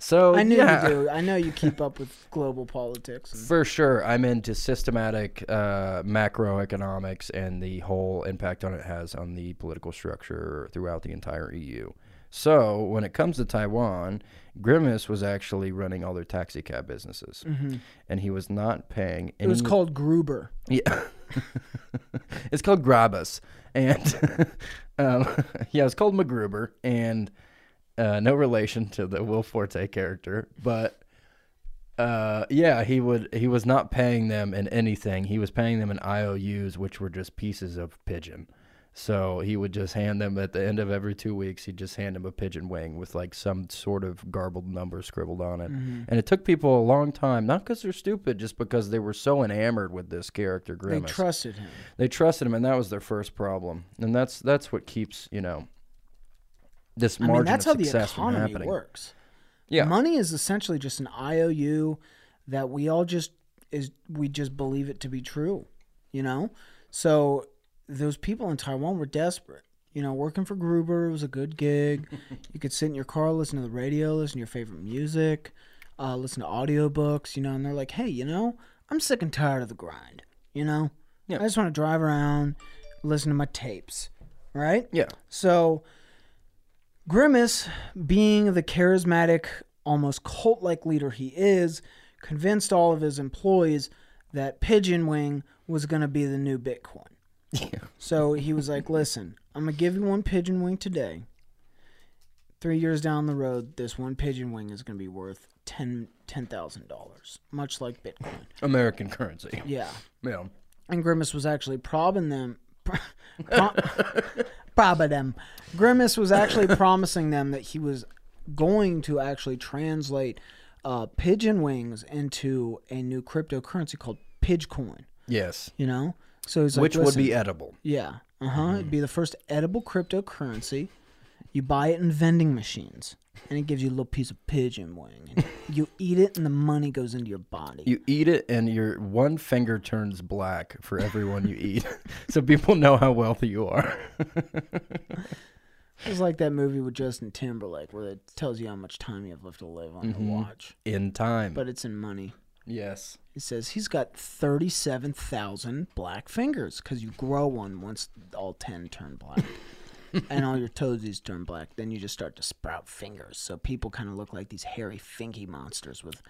[SPEAKER 2] so
[SPEAKER 1] Mm-hmm. I knew
[SPEAKER 2] yeah,
[SPEAKER 1] you do. I know you keep up with global politics. And,
[SPEAKER 2] *laughs* for sure, I'm into systematic uh, macroeconomics and the whole impact on it has on the political structure throughout the entire EU. So when it comes to Taiwan, Grimace was actually running all their taxi cab businesses, and he was not paying.
[SPEAKER 1] Mm-hmm. it
[SPEAKER 2] Any
[SPEAKER 1] was called Gruber.
[SPEAKER 2] yeah. *laughs* it's called Grabus. And *laughs* um, yeah, it's called MacGruber. And uh, no relation to the Will Forte character. But uh, yeah, he would he was not paying them in anything. He was paying them in IOUs, which were just pieces of pigeon. So he would just hand them at the end of every two weeks. He'd just hand them a pigeon wing with like some sort of garbled number scribbled on it. And it took people a long time, not because they're stupid, just because they were so enamored with this character
[SPEAKER 1] They
[SPEAKER 2] Grimace. They,
[SPEAKER 1] trusted him.
[SPEAKER 2] trusted him, and that was their first problem. And that's that's what keeps you know this
[SPEAKER 1] I
[SPEAKER 2] margin
[SPEAKER 1] mean, that's how
[SPEAKER 2] of
[SPEAKER 1] the
[SPEAKER 2] success from
[SPEAKER 1] economy
[SPEAKER 2] happening.
[SPEAKER 1] works.
[SPEAKER 2] Yeah.
[SPEAKER 1] money is essentially just an IOU that we all just is we just believe it to be true, you know. So those people in Taiwan were desperate. You know, working for Gruber was a good
[SPEAKER 2] *laughs*
[SPEAKER 1] gig. you could sit in your car, listen to the radio, listen to your favorite music, uh, listen to audiobooks, you know. And they're like, hey, you know, I'm sick and tired of the grind. You know,
[SPEAKER 2] Yeah.
[SPEAKER 1] I just want to drive around, listen to my tapes, right?
[SPEAKER 2] Yeah.
[SPEAKER 1] So, Grimace, being the charismatic, almost cult like leader he is, convinced all of his employees that Pigeon Wing was going to be the new Bitcoin. So he was like, listen, I'm going to give you one Pigeon Wing today. Three years down the road, this one Pigeon Wing is going to be worth ten ten thousand dollars much like Bitcoin.
[SPEAKER 2] American currency.
[SPEAKER 1] Yeah.
[SPEAKER 2] Yeah.
[SPEAKER 1] And Grimace was actually probbing them. Pro- *laughs* probbing them.
[SPEAKER 2] *laughs*
[SPEAKER 1] Grimace was actually promising them that he was going to actually translate uh, pigeon wings into a new cryptocurrency called Pidgecoin.
[SPEAKER 2] Yes.
[SPEAKER 1] You know, so he's like,
[SPEAKER 2] Which would
[SPEAKER 1] "Listen,
[SPEAKER 2] be Mm-hmm. edible.
[SPEAKER 1] yeah, uh huh. It'd be the first edible cryptocurrency. You buy it in vending machines, and it gives you a little piece of pigeon wing. And you eat it, and the money goes into your body.
[SPEAKER 2] You eat it, and your one finger turns black for everyone you eat, *laughs* so people know how wealthy you are.
[SPEAKER 1] It's like that movie with Justin Timberlake where it tells you how much time you have left to live on
[SPEAKER 2] Mm-hmm.
[SPEAKER 1] your watch,
[SPEAKER 2] In time.
[SPEAKER 1] but it's in money.
[SPEAKER 2] yes.
[SPEAKER 1] It says he's got 37,000 black fingers because you grow one once all 10 turn
[SPEAKER 2] *laughs*
[SPEAKER 1] black. and all your toesies turn black. Then you just start to sprout fingers. So people kind of look like these hairy fingy monsters with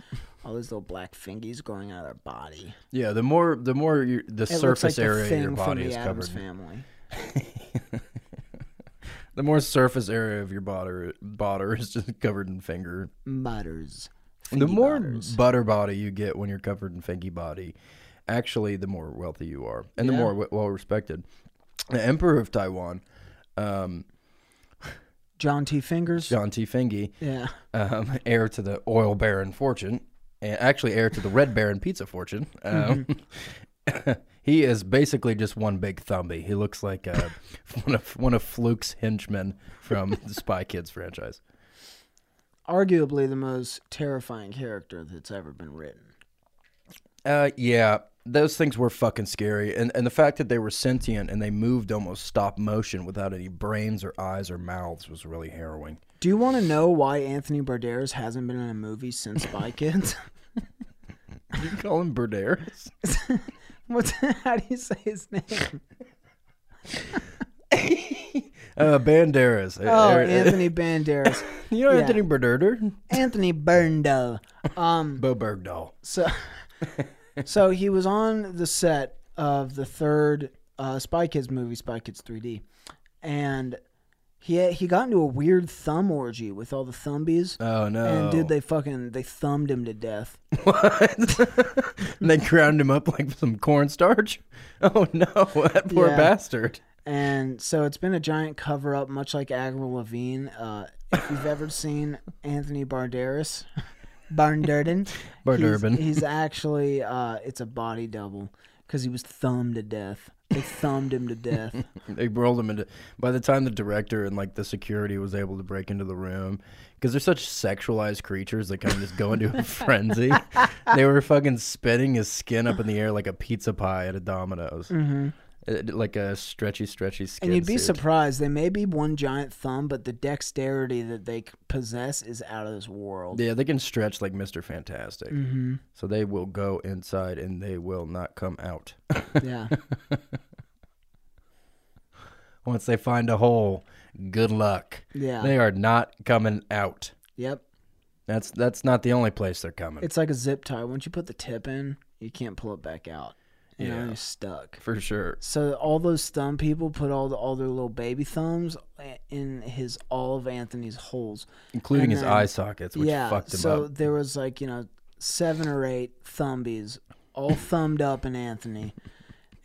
[SPEAKER 1] all these little black fingies growing out of their body.
[SPEAKER 2] Yeah. The more, the more you, the
[SPEAKER 1] It looks like
[SPEAKER 2] surface
[SPEAKER 1] the
[SPEAKER 2] area of
[SPEAKER 1] thing
[SPEAKER 2] your body
[SPEAKER 1] from
[SPEAKER 2] is
[SPEAKER 1] the Addams
[SPEAKER 2] covered.
[SPEAKER 1] family.
[SPEAKER 2] The more surface area of your body, body is just *laughs* covered in finger.
[SPEAKER 1] Mutters.
[SPEAKER 2] the more butter body you get when you're covered in finky body, actually, the more wealthy you are, and the
[SPEAKER 1] Yeah.
[SPEAKER 2] more w- well respected. The emperor of Taiwan, um,
[SPEAKER 1] John T. Fingers.
[SPEAKER 2] John T. Fingy,
[SPEAKER 1] Yeah.
[SPEAKER 2] um, *laughs* heir to the oil baron fortune, and actually heir to the red baron pizza fortune. Um, *laughs* he is basically just one big thumbie. He looks like uh, *laughs* one of one of Fluke's henchmen from the Spy Kids franchise.
[SPEAKER 1] Arguably the most terrifying character that's ever been written.
[SPEAKER 2] Uh, yeah, those things were fucking scary, and and the fact that they were sentient and they moved almost stop motion without any brains or eyes or mouths was really harrowing.
[SPEAKER 1] Do you want to know why Anthony Banderas hasn't been in a movie since Spy Kids?
[SPEAKER 2] *laughs*
[SPEAKER 1] *laughs*
[SPEAKER 2] You call him Berdares?
[SPEAKER 1] What's how do you say his name?
[SPEAKER 2] *laughs* Uh, Banderas.
[SPEAKER 1] Oh,
[SPEAKER 2] Er- er-
[SPEAKER 1] Anthony Banderas,
[SPEAKER 2] you know
[SPEAKER 1] yeah.
[SPEAKER 2] Anthony Berderder?
[SPEAKER 1] Anthony Berndell. Um,
[SPEAKER 2] Bo Bergdahl.
[SPEAKER 1] so so he was on the set of the third uh, Spy Kids movie, Spy Kids 3D, and he he got into a weird thumb orgy with all the thumbies.
[SPEAKER 2] Oh no!
[SPEAKER 1] And dude, they fucking they thumbed him to death.
[SPEAKER 2] *laughs* What? *laughs* and they ground him up like some cornstarch? *laughs* Oh no, that poor
[SPEAKER 1] Yeah.
[SPEAKER 2] bastard.
[SPEAKER 1] And so it's been a giant cover up, much like Avril Lavigne. Uh, if you've
[SPEAKER 2] *laughs*
[SPEAKER 1] ever seen Anthony Banderas, *laughs* Barnderden,
[SPEAKER 2] Barderben.
[SPEAKER 1] he's, he's actually uh, it's a body double because he was thumbed to death. They thumbed him to
[SPEAKER 2] *laughs*
[SPEAKER 1] death.
[SPEAKER 2] They rolled him into. By the time the director and like the security was able to break into the room, because they're such sexualized creatures, they kind of just go into
[SPEAKER 1] *laughs*
[SPEAKER 2] a frenzy. They were fucking spinning his skin up in the air like a pizza pie at a Domino's, mm-hmm. like a stretchy, stretchy skin.
[SPEAKER 1] And you'd be
[SPEAKER 2] suit.
[SPEAKER 1] surprised. They may be one giant thumb, but the dexterity that they c- possess is out of this world.
[SPEAKER 2] Yeah, they can stretch like Mister Fantastic,
[SPEAKER 1] Mm-hmm.
[SPEAKER 2] so they will go inside and they will not come out. *laughs*
[SPEAKER 1] Yeah.
[SPEAKER 2] Once they find a hole, good luck. *laughs*
[SPEAKER 1] Yeah.
[SPEAKER 2] They are not coming out.
[SPEAKER 1] yep.
[SPEAKER 2] That's that's not the only place they're coming.
[SPEAKER 1] It's like a zip tie. Once you put the tip in, you can't pull it back out. You know,
[SPEAKER 2] Yeah.
[SPEAKER 1] you're stuck.
[SPEAKER 2] for sure.
[SPEAKER 1] So all those thumb people put all the, all their little baby thumbs in his all of Anthony's holes.
[SPEAKER 2] Including
[SPEAKER 1] And
[SPEAKER 2] his
[SPEAKER 1] then-
[SPEAKER 2] eye sockets, which
[SPEAKER 1] yeah.
[SPEAKER 2] fucked him
[SPEAKER 1] so
[SPEAKER 2] up.
[SPEAKER 1] there was like you know seven or eight thumbies all thumbed up in Anthony.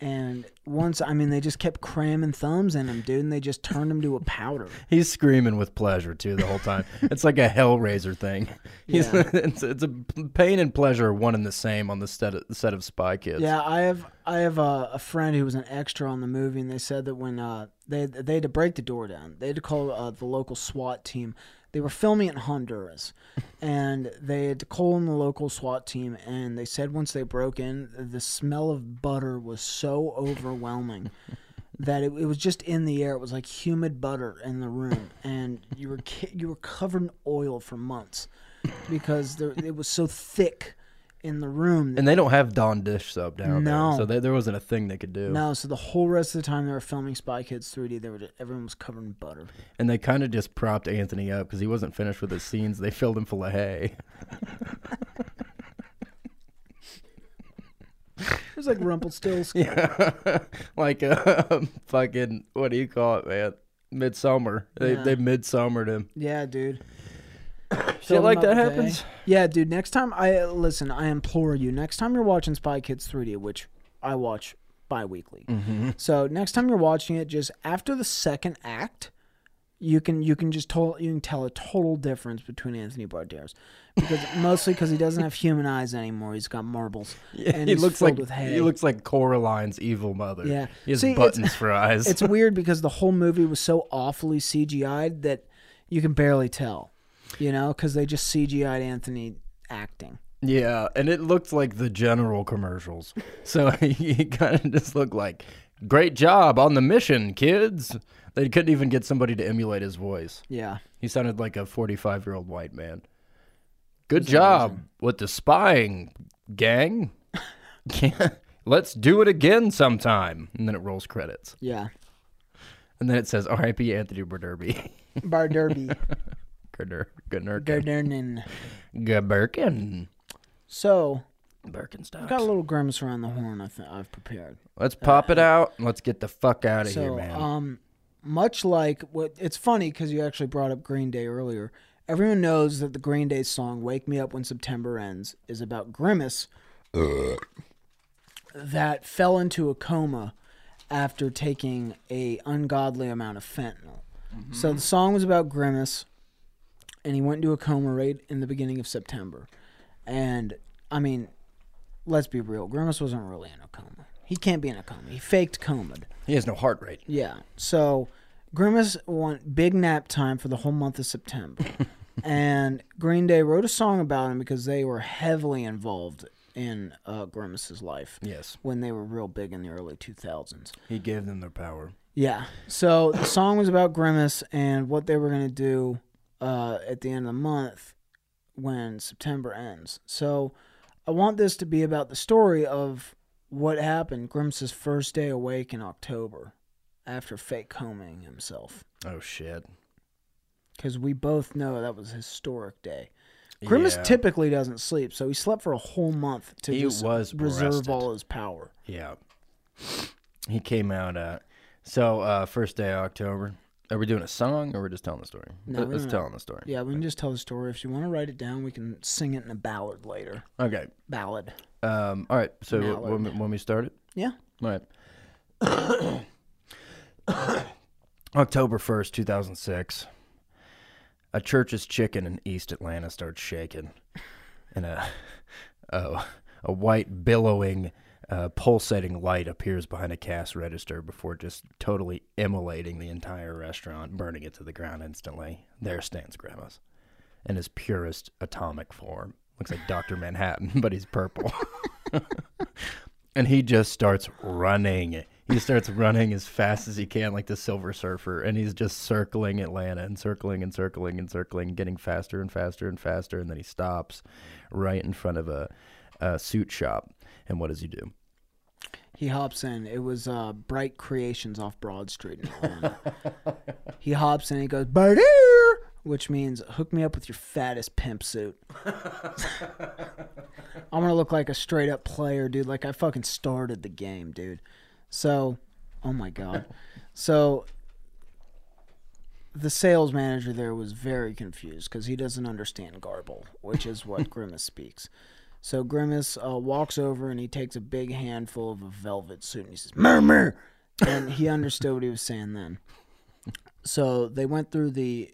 [SPEAKER 1] And once, I mean, they just kept cramming thumbs in him, dude, and they just turned him to a powder.
[SPEAKER 2] He's screaming with pleasure too the
[SPEAKER 1] *laughs*
[SPEAKER 2] whole time. it's like a Hellraiser thing. He's, *laughs*
[SPEAKER 1] Yeah.
[SPEAKER 2] it's, it's a pain and pleasure are one and the same on the set of, set of Spy Kids.
[SPEAKER 1] Yeah, I have I have a, a friend who was an extra on the movie, and they said that when uh, they they had to break the door down, they had to call uh, the local SWAT team. They were filming in Honduras, and they had to call in the local SWAT team. And they said once they broke in, the smell of butter was so overwhelming that it, it was just in the air. It was like humid butter in the room, and you were ki- you were covered in oil for months because there, it was so thick in the room.
[SPEAKER 2] And they don't have Dawn dish soap down
[SPEAKER 1] No.
[SPEAKER 2] there, so they, there wasn't a thing they could do.
[SPEAKER 1] No, so the whole rest of the time they were filming Spy Kids 3D, they were just, everyone was covered in butter.
[SPEAKER 2] And they kind of just propped Anthony up because he wasn't finished with his scenes. They filled him full of hay. *laughs*
[SPEAKER 1] It was like Rumpelstiltskin.
[SPEAKER 2] *laughs* Yeah, like *laughs* a fucking what do you call it, man? Midsummer. They
[SPEAKER 1] Yeah.
[SPEAKER 2] they midsummered him.
[SPEAKER 1] yeah, dude.
[SPEAKER 2] Shit
[SPEAKER 1] Filled
[SPEAKER 2] like
[SPEAKER 1] them up
[SPEAKER 2] that
[SPEAKER 1] with hay.
[SPEAKER 2] happens.
[SPEAKER 1] Yeah, dude. Next time, I listen. I implore you. Next time you're watching Spy Kids 3D, which I watch
[SPEAKER 2] Mm-hmm.
[SPEAKER 1] bi-weekly. So next time you're watching it, just after the second act, you can you can just tell you can tell a total difference between Anthony Barderas because mostly because he doesn't have human eyes anymore. He's got
[SPEAKER 2] *laughs*
[SPEAKER 1] marbles. and
[SPEAKER 2] he
[SPEAKER 1] he's
[SPEAKER 2] looks
[SPEAKER 1] filled
[SPEAKER 2] like
[SPEAKER 1] with hay.
[SPEAKER 2] he looks like Coraline's evil mother.
[SPEAKER 1] Yeah.
[SPEAKER 2] he has
[SPEAKER 1] See, it's-
[SPEAKER 2] buttons for eyes.
[SPEAKER 1] It's weird because the whole movie was so awfully CGI'd that you can barely tell, you know, because they just CGI'd Anthony acting.
[SPEAKER 2] *laughs* yeah, and it looked like the general commercials. So *laughs* he kind of just looked like, "Great job on the mission, kids." They couldn't even get somebody to emulate his voice.
[SPEAKER 1] Yeah,
[SPEAKER 2] He sounded like a 45 year old white man. Good job with the spying, gang. *laughs* Yeah, Let's do it again sometime. And then it rolls credits.
[SPEAKER 1] yeah.
[SPEAKER 2] And then it says RIP Anthony *laughs* Burderby.
[SPEAKER 1] Bar Derby,
[SPEAKER 2] Gerder, Gerner,
[SPEAKER 1] Gardernin.
[SPEAKER 2] Gerberkin.
[SPEAKER 1] So got a
[SPEAKER 2] Birkenstocks.
[SPEAKER 1] little grimace around the horn. I th- I've prepared.
[SPEAKER 2] Let's pop it out and let's get the fuck out of here,
[SPEAKER 1] So,
[SPEAKER 2] man.
[SPEAKER 1] um, much like what it's funny because you actually brought up Green Day earlier. Everyone knows that the Green Day song "Wake Me Up When September Ends" is about Grimace that fell into a coma after taking a ungodly amount of fentanyl.
[SPEAKER 2] Mm-hmm.
[SPEAKER 1] So the song was about Grimace, and he went into a coma right in the beginning of September. And I mean, let's be real, Grimace wasn't really in a coma. He can't be in a coma. He faked comaed.
[SPEAKER 2] he has no heart rate.
[SPEAKER 1] Yeah. So Grimace want big nap time for the whole month of September. and Green Day wrote a song about him because they were heavily involved in uh, Grimace's life
[SPEAKER 2] Yes.
[SPEAKER 1] when they were real big in the early 2000s.
[SPEAKER 2] He gave them their power.
[SPEAKER 1] Yeah. So the song was about Grimace and what they were going to do uh, at the end of the month when September ends. So I want this to be about the story of what happened Grimace's first day awake in October after fake combing himself.
[SPEAKER 2] Oh, shit.
[SPEAKER 1] Because we both know that was a historic day. Grimace
[SPEAKER 2] Yeah.
[SPEAKER 1] typically doesn't sleep, so he slept for a whole month to
[SPEAKER 2] He
[SPEAKER 1] just
[SPEAKER 2] was
[SPEAKER 1] reserve
[SPEAKER 2] breasted.
[SPEAKER 1] all his power.
[SPEAKER 2] Yeah. He came out. Uh, so uh, first day of October. Are we doing a song or we're just telling the story?
[SPEAKER 1] No,
[SPEAKER 2] Let-
[SPEAKER 1] we're
[SPEAKER 2] Let's
[SPEAKER 1] not.
[SPEAKER 2] telling the story.
[SPEAKER 1] Yeah, we can just tell the story. If you want to write it down, we can sing it in a ballad later.
[SPEAKER 2] Okay.
[SPEAKER 1] Ballad.
[SPEAKER 2] Um, all right. So
[SPEAKER 1] Now
[SPEAKER 2] w- when, we- when we started.
[SPEAKER 1] Yeah.
[SPEAKER 2] All right. *coughs* October 1st, 2006. A church's chicken in East Atlanta starts shaking. And a, *laughs* a, a white, billowing, uh, pulsating light appears behind a cash register before just totally immolating the entire restaurant, burning it to the ground instantly. There stands Grandma's in his purest atomic form. Looks like Dr. Manhattan, *laughs* but he's purple and he just starts running. He starts running as fast as he can, like the Silver Surfer, and he's just circling Atlanta and circling and circling and circling, getting faster and faster and faster, and then he stops right in front of a, a suit shop. And what does he do?
[SPEAKER 1] He hops in. It was uh, Bright Creations off Broad Street in Atlanta. he hops in. He goes, "Birder," which means hook me up with your fattest pimp suit. I want to look like a straight up player, dude. Like I fucking started the game, dude. So, oh my god. So, the sales manager there was very confused because he doesn't understand garble, which is what Grimace speaks. So Grimace uh, walks over and he takes a big handful of a velvet suit and he says, Murmur! And he understood what he was saying then. So they went through the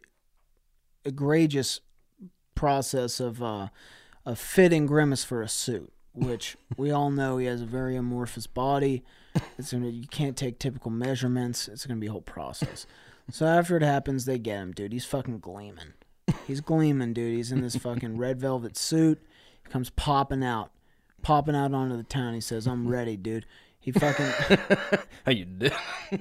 [SPEAKER 1] egregious process of, uh, of fitting Grimace for a suit, which we all know he has a very amorphous body. It's gonna, you can't take typical measurements. It's going to be a whole process. So after it happens, they get him, dude. He's fucking gleaming. He's gleaming, dude. He's in this fucking red velvet suit. He comes popping out, popping out onto the town. He says, "I'm ready, dude." He fucking
[SPEAKER 2] How you do?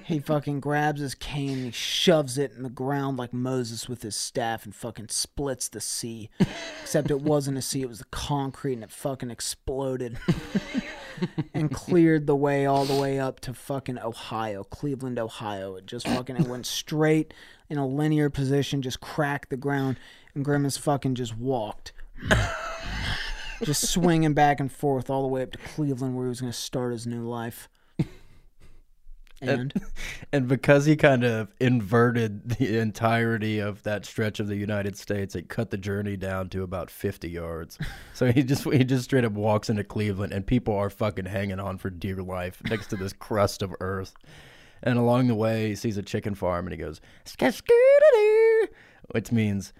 [SPEAKER 1] he fucking grabs his cane and he shoves it in the ground like Moses with his staff and fucking splits the sea. Except it wasn't a sea; it was the concrete, and it fucking exploded and cleared the way all the way up to fucking Ohio, Cleveland, Ohio. It just fucking it went straight in a linear position, just cracked the ground, and Grimace fucking just walked. just swinging back and forth all the way up to Cleveland where he was going to start his new life. And
[SPEAKER 2] And because he kind of inverted the entirety of that stretch of the United States, it cut the journey down to about 50 yards. So he just he just straight up walks into Cleveland, and people are fucking hanging on for dear life next to this crust of earth. And along the way, he sees a chicken farm and he goes, "Skaskadoo," which means,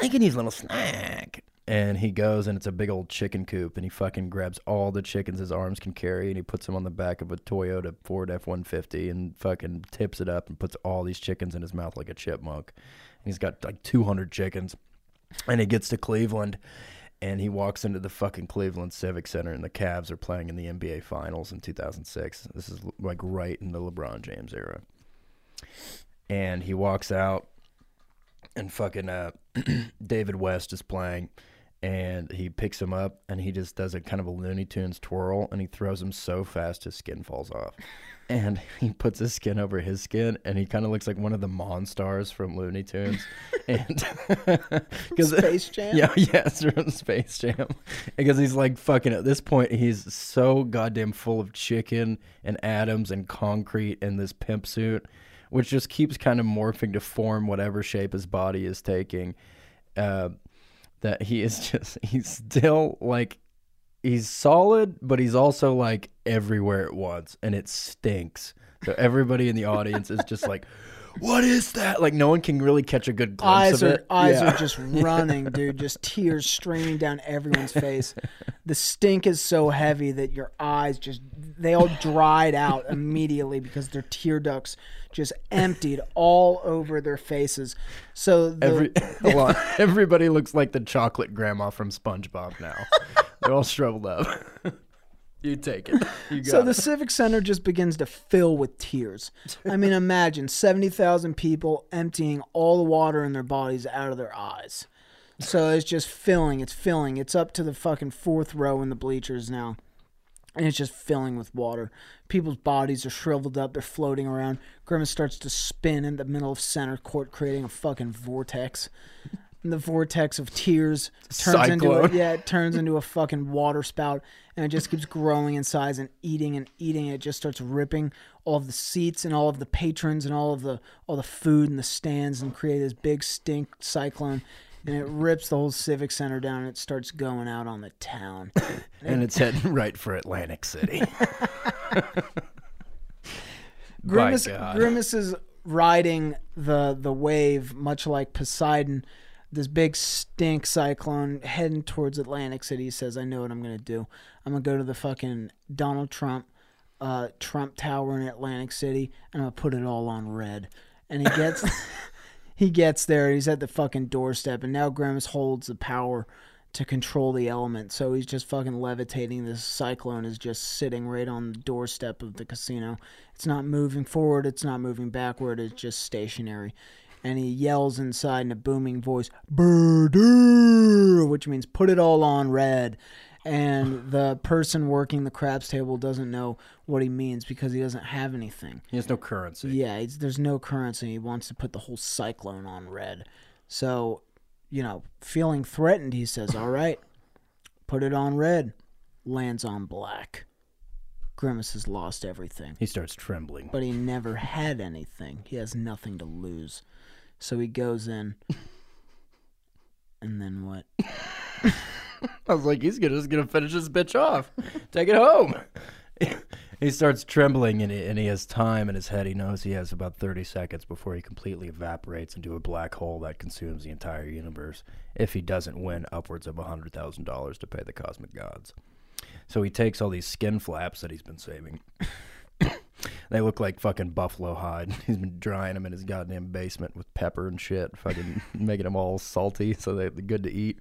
[SPEAKER 2] I can use a little snack. And he goes and it's a big old chicken coop and he fucking grabs all the chickens his arms can carry and he puts them on the back of a Toyota Ford F 150 and fucking tips it up and puts all these chickens in his mouth like a chipmunk. And he's got like 200 chickens. And he gets to Cleveland and he walks into the fucking Cleveland Civic Center and the Cavs are playing in the NBA Finals in 2006. This is like right in the LeBron James era. And he walks out and fucking uh, David West is playing and he picks him up and he just does a kind of a Looney Tunes twirl and he throws him so fast his skin
[SPEAKER 1] *laughs*
[SPEAKER 2] falls off. And he puts his skin over his skin and he kind of looks like one of the Monstars from
[SPEAKER 1] *laughs*
[SPEAKER 2] Looney Tunes. and *laughs* because
[SPEAKER 1] Space Jam.
[SPEAKER 2] yeah, yes, from Space Jam. *laughs* Because he's like fucking at this point, he's so goddamn full of chicken and atoms and concrete and this pimp suit, which just keeps kind of morphing to form whatever shape his body is taking. Uh, that he is *laughs* just, he's still like, he's solid, but he's also like everywhere at once and it stinks. So everybody in the audience is just like, *laughs* what is that? Like no one can really catch a good
[SPEAKER 1] Eyes
[SPEAKER 2] glimpse of
[SPEAKER 1] are
[SPEAKER 2] it.
[SPEAKER 1] eyes
[SPEAKER 2] Yeah. *laughs*
[SPEAKER 1] are just running, dude. Just tears streaming down everyone's
[SPEAKER 2] *laughs*
[SPEAKER 1] face. The stink is so heavy that your eyes just they all dried out immediately because their tear ducts just emptied all over their faces. So the,
[SPEAKER 2] Every, *laughs* hold on. Everybody looks like the chocolate grandma from SpongeBob now. They're all shriveled up. you take it. You got
[SPEAKER 1] So the
[SPEAKER 2] it.
[SPEAKER 1] Civic Center just begins to fill with tears. I mean, imagine 70,000 people emptying all the water in their bodies out of their eyes. So it's just filling, it's filling. It's up to the fucking fourth row in the bleachers now. And it's just filling with water. People's bodies are shriveled up, they're floating around. Grimace starts to spin in the middle of center court, creating a fucking vortex. *laughs* And the vortex of tears turns into a,
[SPEAKER 2] Cyclone.
[SPEAKER 1] yeah, it turns into a fucking water spout, and it just keeps growing in size and eating and eating. It just starts ripping all of the seats and all of the patrons and all of the all the food and the stands and create this big stink cyclone. And it rips the whole civic center down. and It starts going out on the town.
[SPEAKER 2] and it's heading right for Atlantic City. By
[SPEAKER 1] Grimace,
[SPEAKER 2] God.
[SPEAKER 1] Grimace is riding the the wave, much like Poseidon. This big stink cyclone heading towards Atlantic City He says, "I know what I'm gonna do. I'm gonna go to the fucking Donald Trump, uh, Trump Tower in Atlantic City, and I'm gonna put it all on red." And he gets he gets there. and He's at the fucking doorstep, and now Grimace holds the power to control the element. So he's just fucking levitating. This cyclone is just sitting right on the doorstep of the casino. It's not moving forward. It's not moving backward. It's just stationary. And he yells inside in a booming voice, "Burder," which means put it all on red. And the person working the craps table doesn't know what he means because he doesn't have anything.
[SPEAKER 2] He has no currency.
[SPEAKER 1] Yeah, it's, there's no currency. He wants to put the whole cyclone on red. So, you know, feeling threatened, he says, "All right, put it on red." Lands on black. Grimace has lost everything,
[SPEAKER 2] He starts trembling.
[SPEAKER 1] but he never had anything. He has nothing to lose. So he goes in. And then what?
[SPEAKER 2] I was like, he's gonna, just gonna finish this bitch off. Take it home. *laughs* he starts trembling and he, and he has time in his head. He knows he has about 30 seconds before he completely evaporates into a black hole that consumes the entire universe if he doesn't win upwards of $100,000 to pay the cosmic gods. So he takes all these skin flaps that he's been saving. they look like fucking buffalo hide. *laughs* He's been drying them in his goddamn basement with pepper and shit, fucking making them all salty so they're good to eat.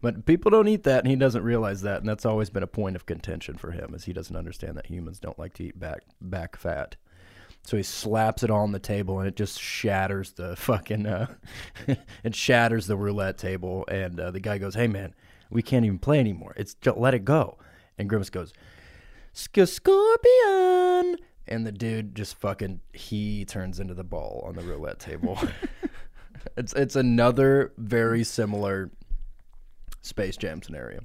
[SPEAKER 2] But people don't eat that, and he doesn't realize that, and that's always been a point of contention for him, is he doesn't understand that humans don't like to eat back back fat. So he slaps it on the table, and it just shatters the fucking uh, *laughs* it shatters the roulette table, and uh, the guy goes, "Hey man, we can't even play anymore. It's just let it go." And Grimace goes, Sk- Scorpion. And the dude just fucking he turns into the ball on the roulette table. it's it's another very similar Space Jam scenario,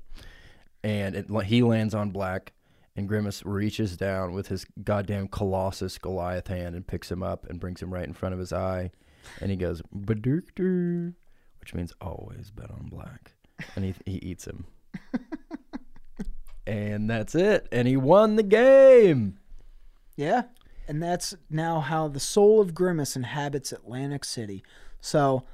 [SPEAKER 2] and it, he lands on black, and Grimace reaches down with his goddamn colossus Goliath hand and picks him up and brings him right in front of his eye, and he goes Badurkter, which means always bet on black, and he he eats him and that's it. And he won the game.
[SPEAKER 1] Yeah, and that's now how the soul of Grimace inhabits Atlantic City. So,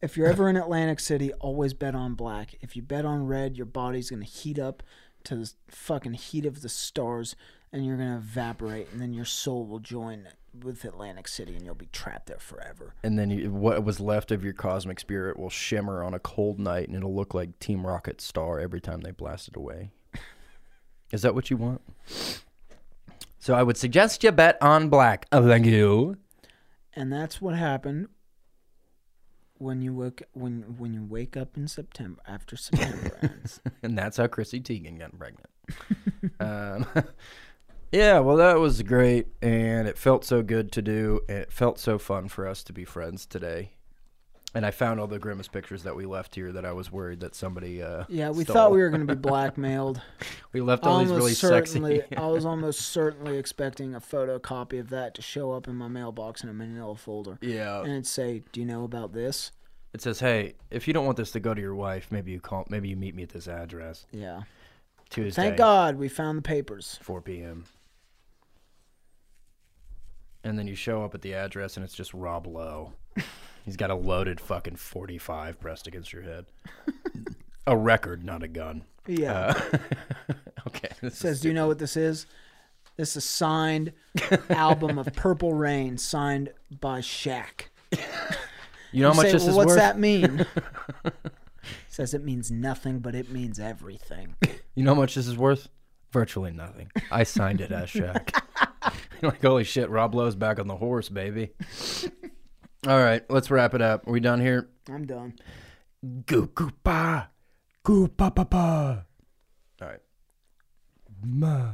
[SPEAKER 1] if you're ever in Atlantic City, always bet on black. If you bet on red, your body's going to heat up to the fucking heat of the stars and you're going to evaporate, and then your soul will join with Atlantic City and you'll be trapped there forever.
[SPEAKER 2] And then you, what was left of your cosmic spirit will shimmer on a cold night, and it'll look like Team Rocket's star every time they blast it away. Is that what you want? So I would suggest you bet on black. Uh, Thank you.
[SPEAKER 1] And that's what happened when you wake when when you wake up in September after September ends.
[SPEAKER 2] And that's how Chrissy Teigen got
[SPEAKER 1] *laughs*
[SPEAKER 2] pregnant. um, *laughs* yeah, well, that was great, and it felt so good to do, and it felt so fun for us to be friends today. And I found all the grimace pictures that we left here that I was worried that somebody. Uh,
[SPEAKER 1] Yeah, we
[SPEAKER 2] stole.
[SPEAKER 1] thought we were going to be blackmailed.
[SPEAKER 2] We left all these really
[SPEAKER 1] certainly,
[SPEAKER 2] *laughs* sexy.
[SPEAKER 1] I was almost certainly expecting a photocopy of that to show up in my mailbox in a manila folder.
[SPEAKER 2] Yeah.
[SPEAKER 1] And it'd say, Do you know about this?
[SPEAKER 2] It says, "Hey, if you don't want this to go to your wife, maybe you call. Maybe you meet me at this address
[SPEAKER 1] Yeah.
[SPEAKER 2] Tuesday,
[SPEAKER 1] Thank God we found the papers.
[SPEAKER 2] 4 p.m." And then you show up at the address, and it's just
[SPEAKER 1] *laughs*
[SPEAKER 2] Rob Lowe. He's got a loaded fucking 45 pressed against your head, *laughs* a record, not a gun.
[SPEAKER 1] Yeah.
[SPEAKER 2] Uh, *laughs* Okay. *laughs* this is-
[SPEAKER 1] says, Do you know what this is? This is a
[SPEAKER 2] *laughs*
[SPEAKER 1] signed album of Purple Rain signed by Shaq.
[SPEAKER 2] you know how
[SPEAKER 1] You
[SPEAKER 2] much
[SPEAKER 1] say,
[SPEAKER 2] this
[SPEAKER 1] "Well,
[SPEAKER 2] is
[SPEAKER 1] what's
[SPEAKER 2] worth?
[SPEAKER 1] that
[SPEAKER 2] *laughs*
[SPEAKER 1] mean? Says it means nothing, but it means
[SPEAKER 2] *laughs*
[SPEAKER 1] everything.
[SPEAKER 2] You know how much this is worth? Virtually nothing. I signed it as Shaq. *laughs* like, holy shit, Rob Lowe's back on the horse, baby. All right, let's wrap it up. Are we done here?
[SPEAKER 1] I'm done.
[SPEAKER 2] Goo goo pa. Goo pa pa pa. All right. Ma.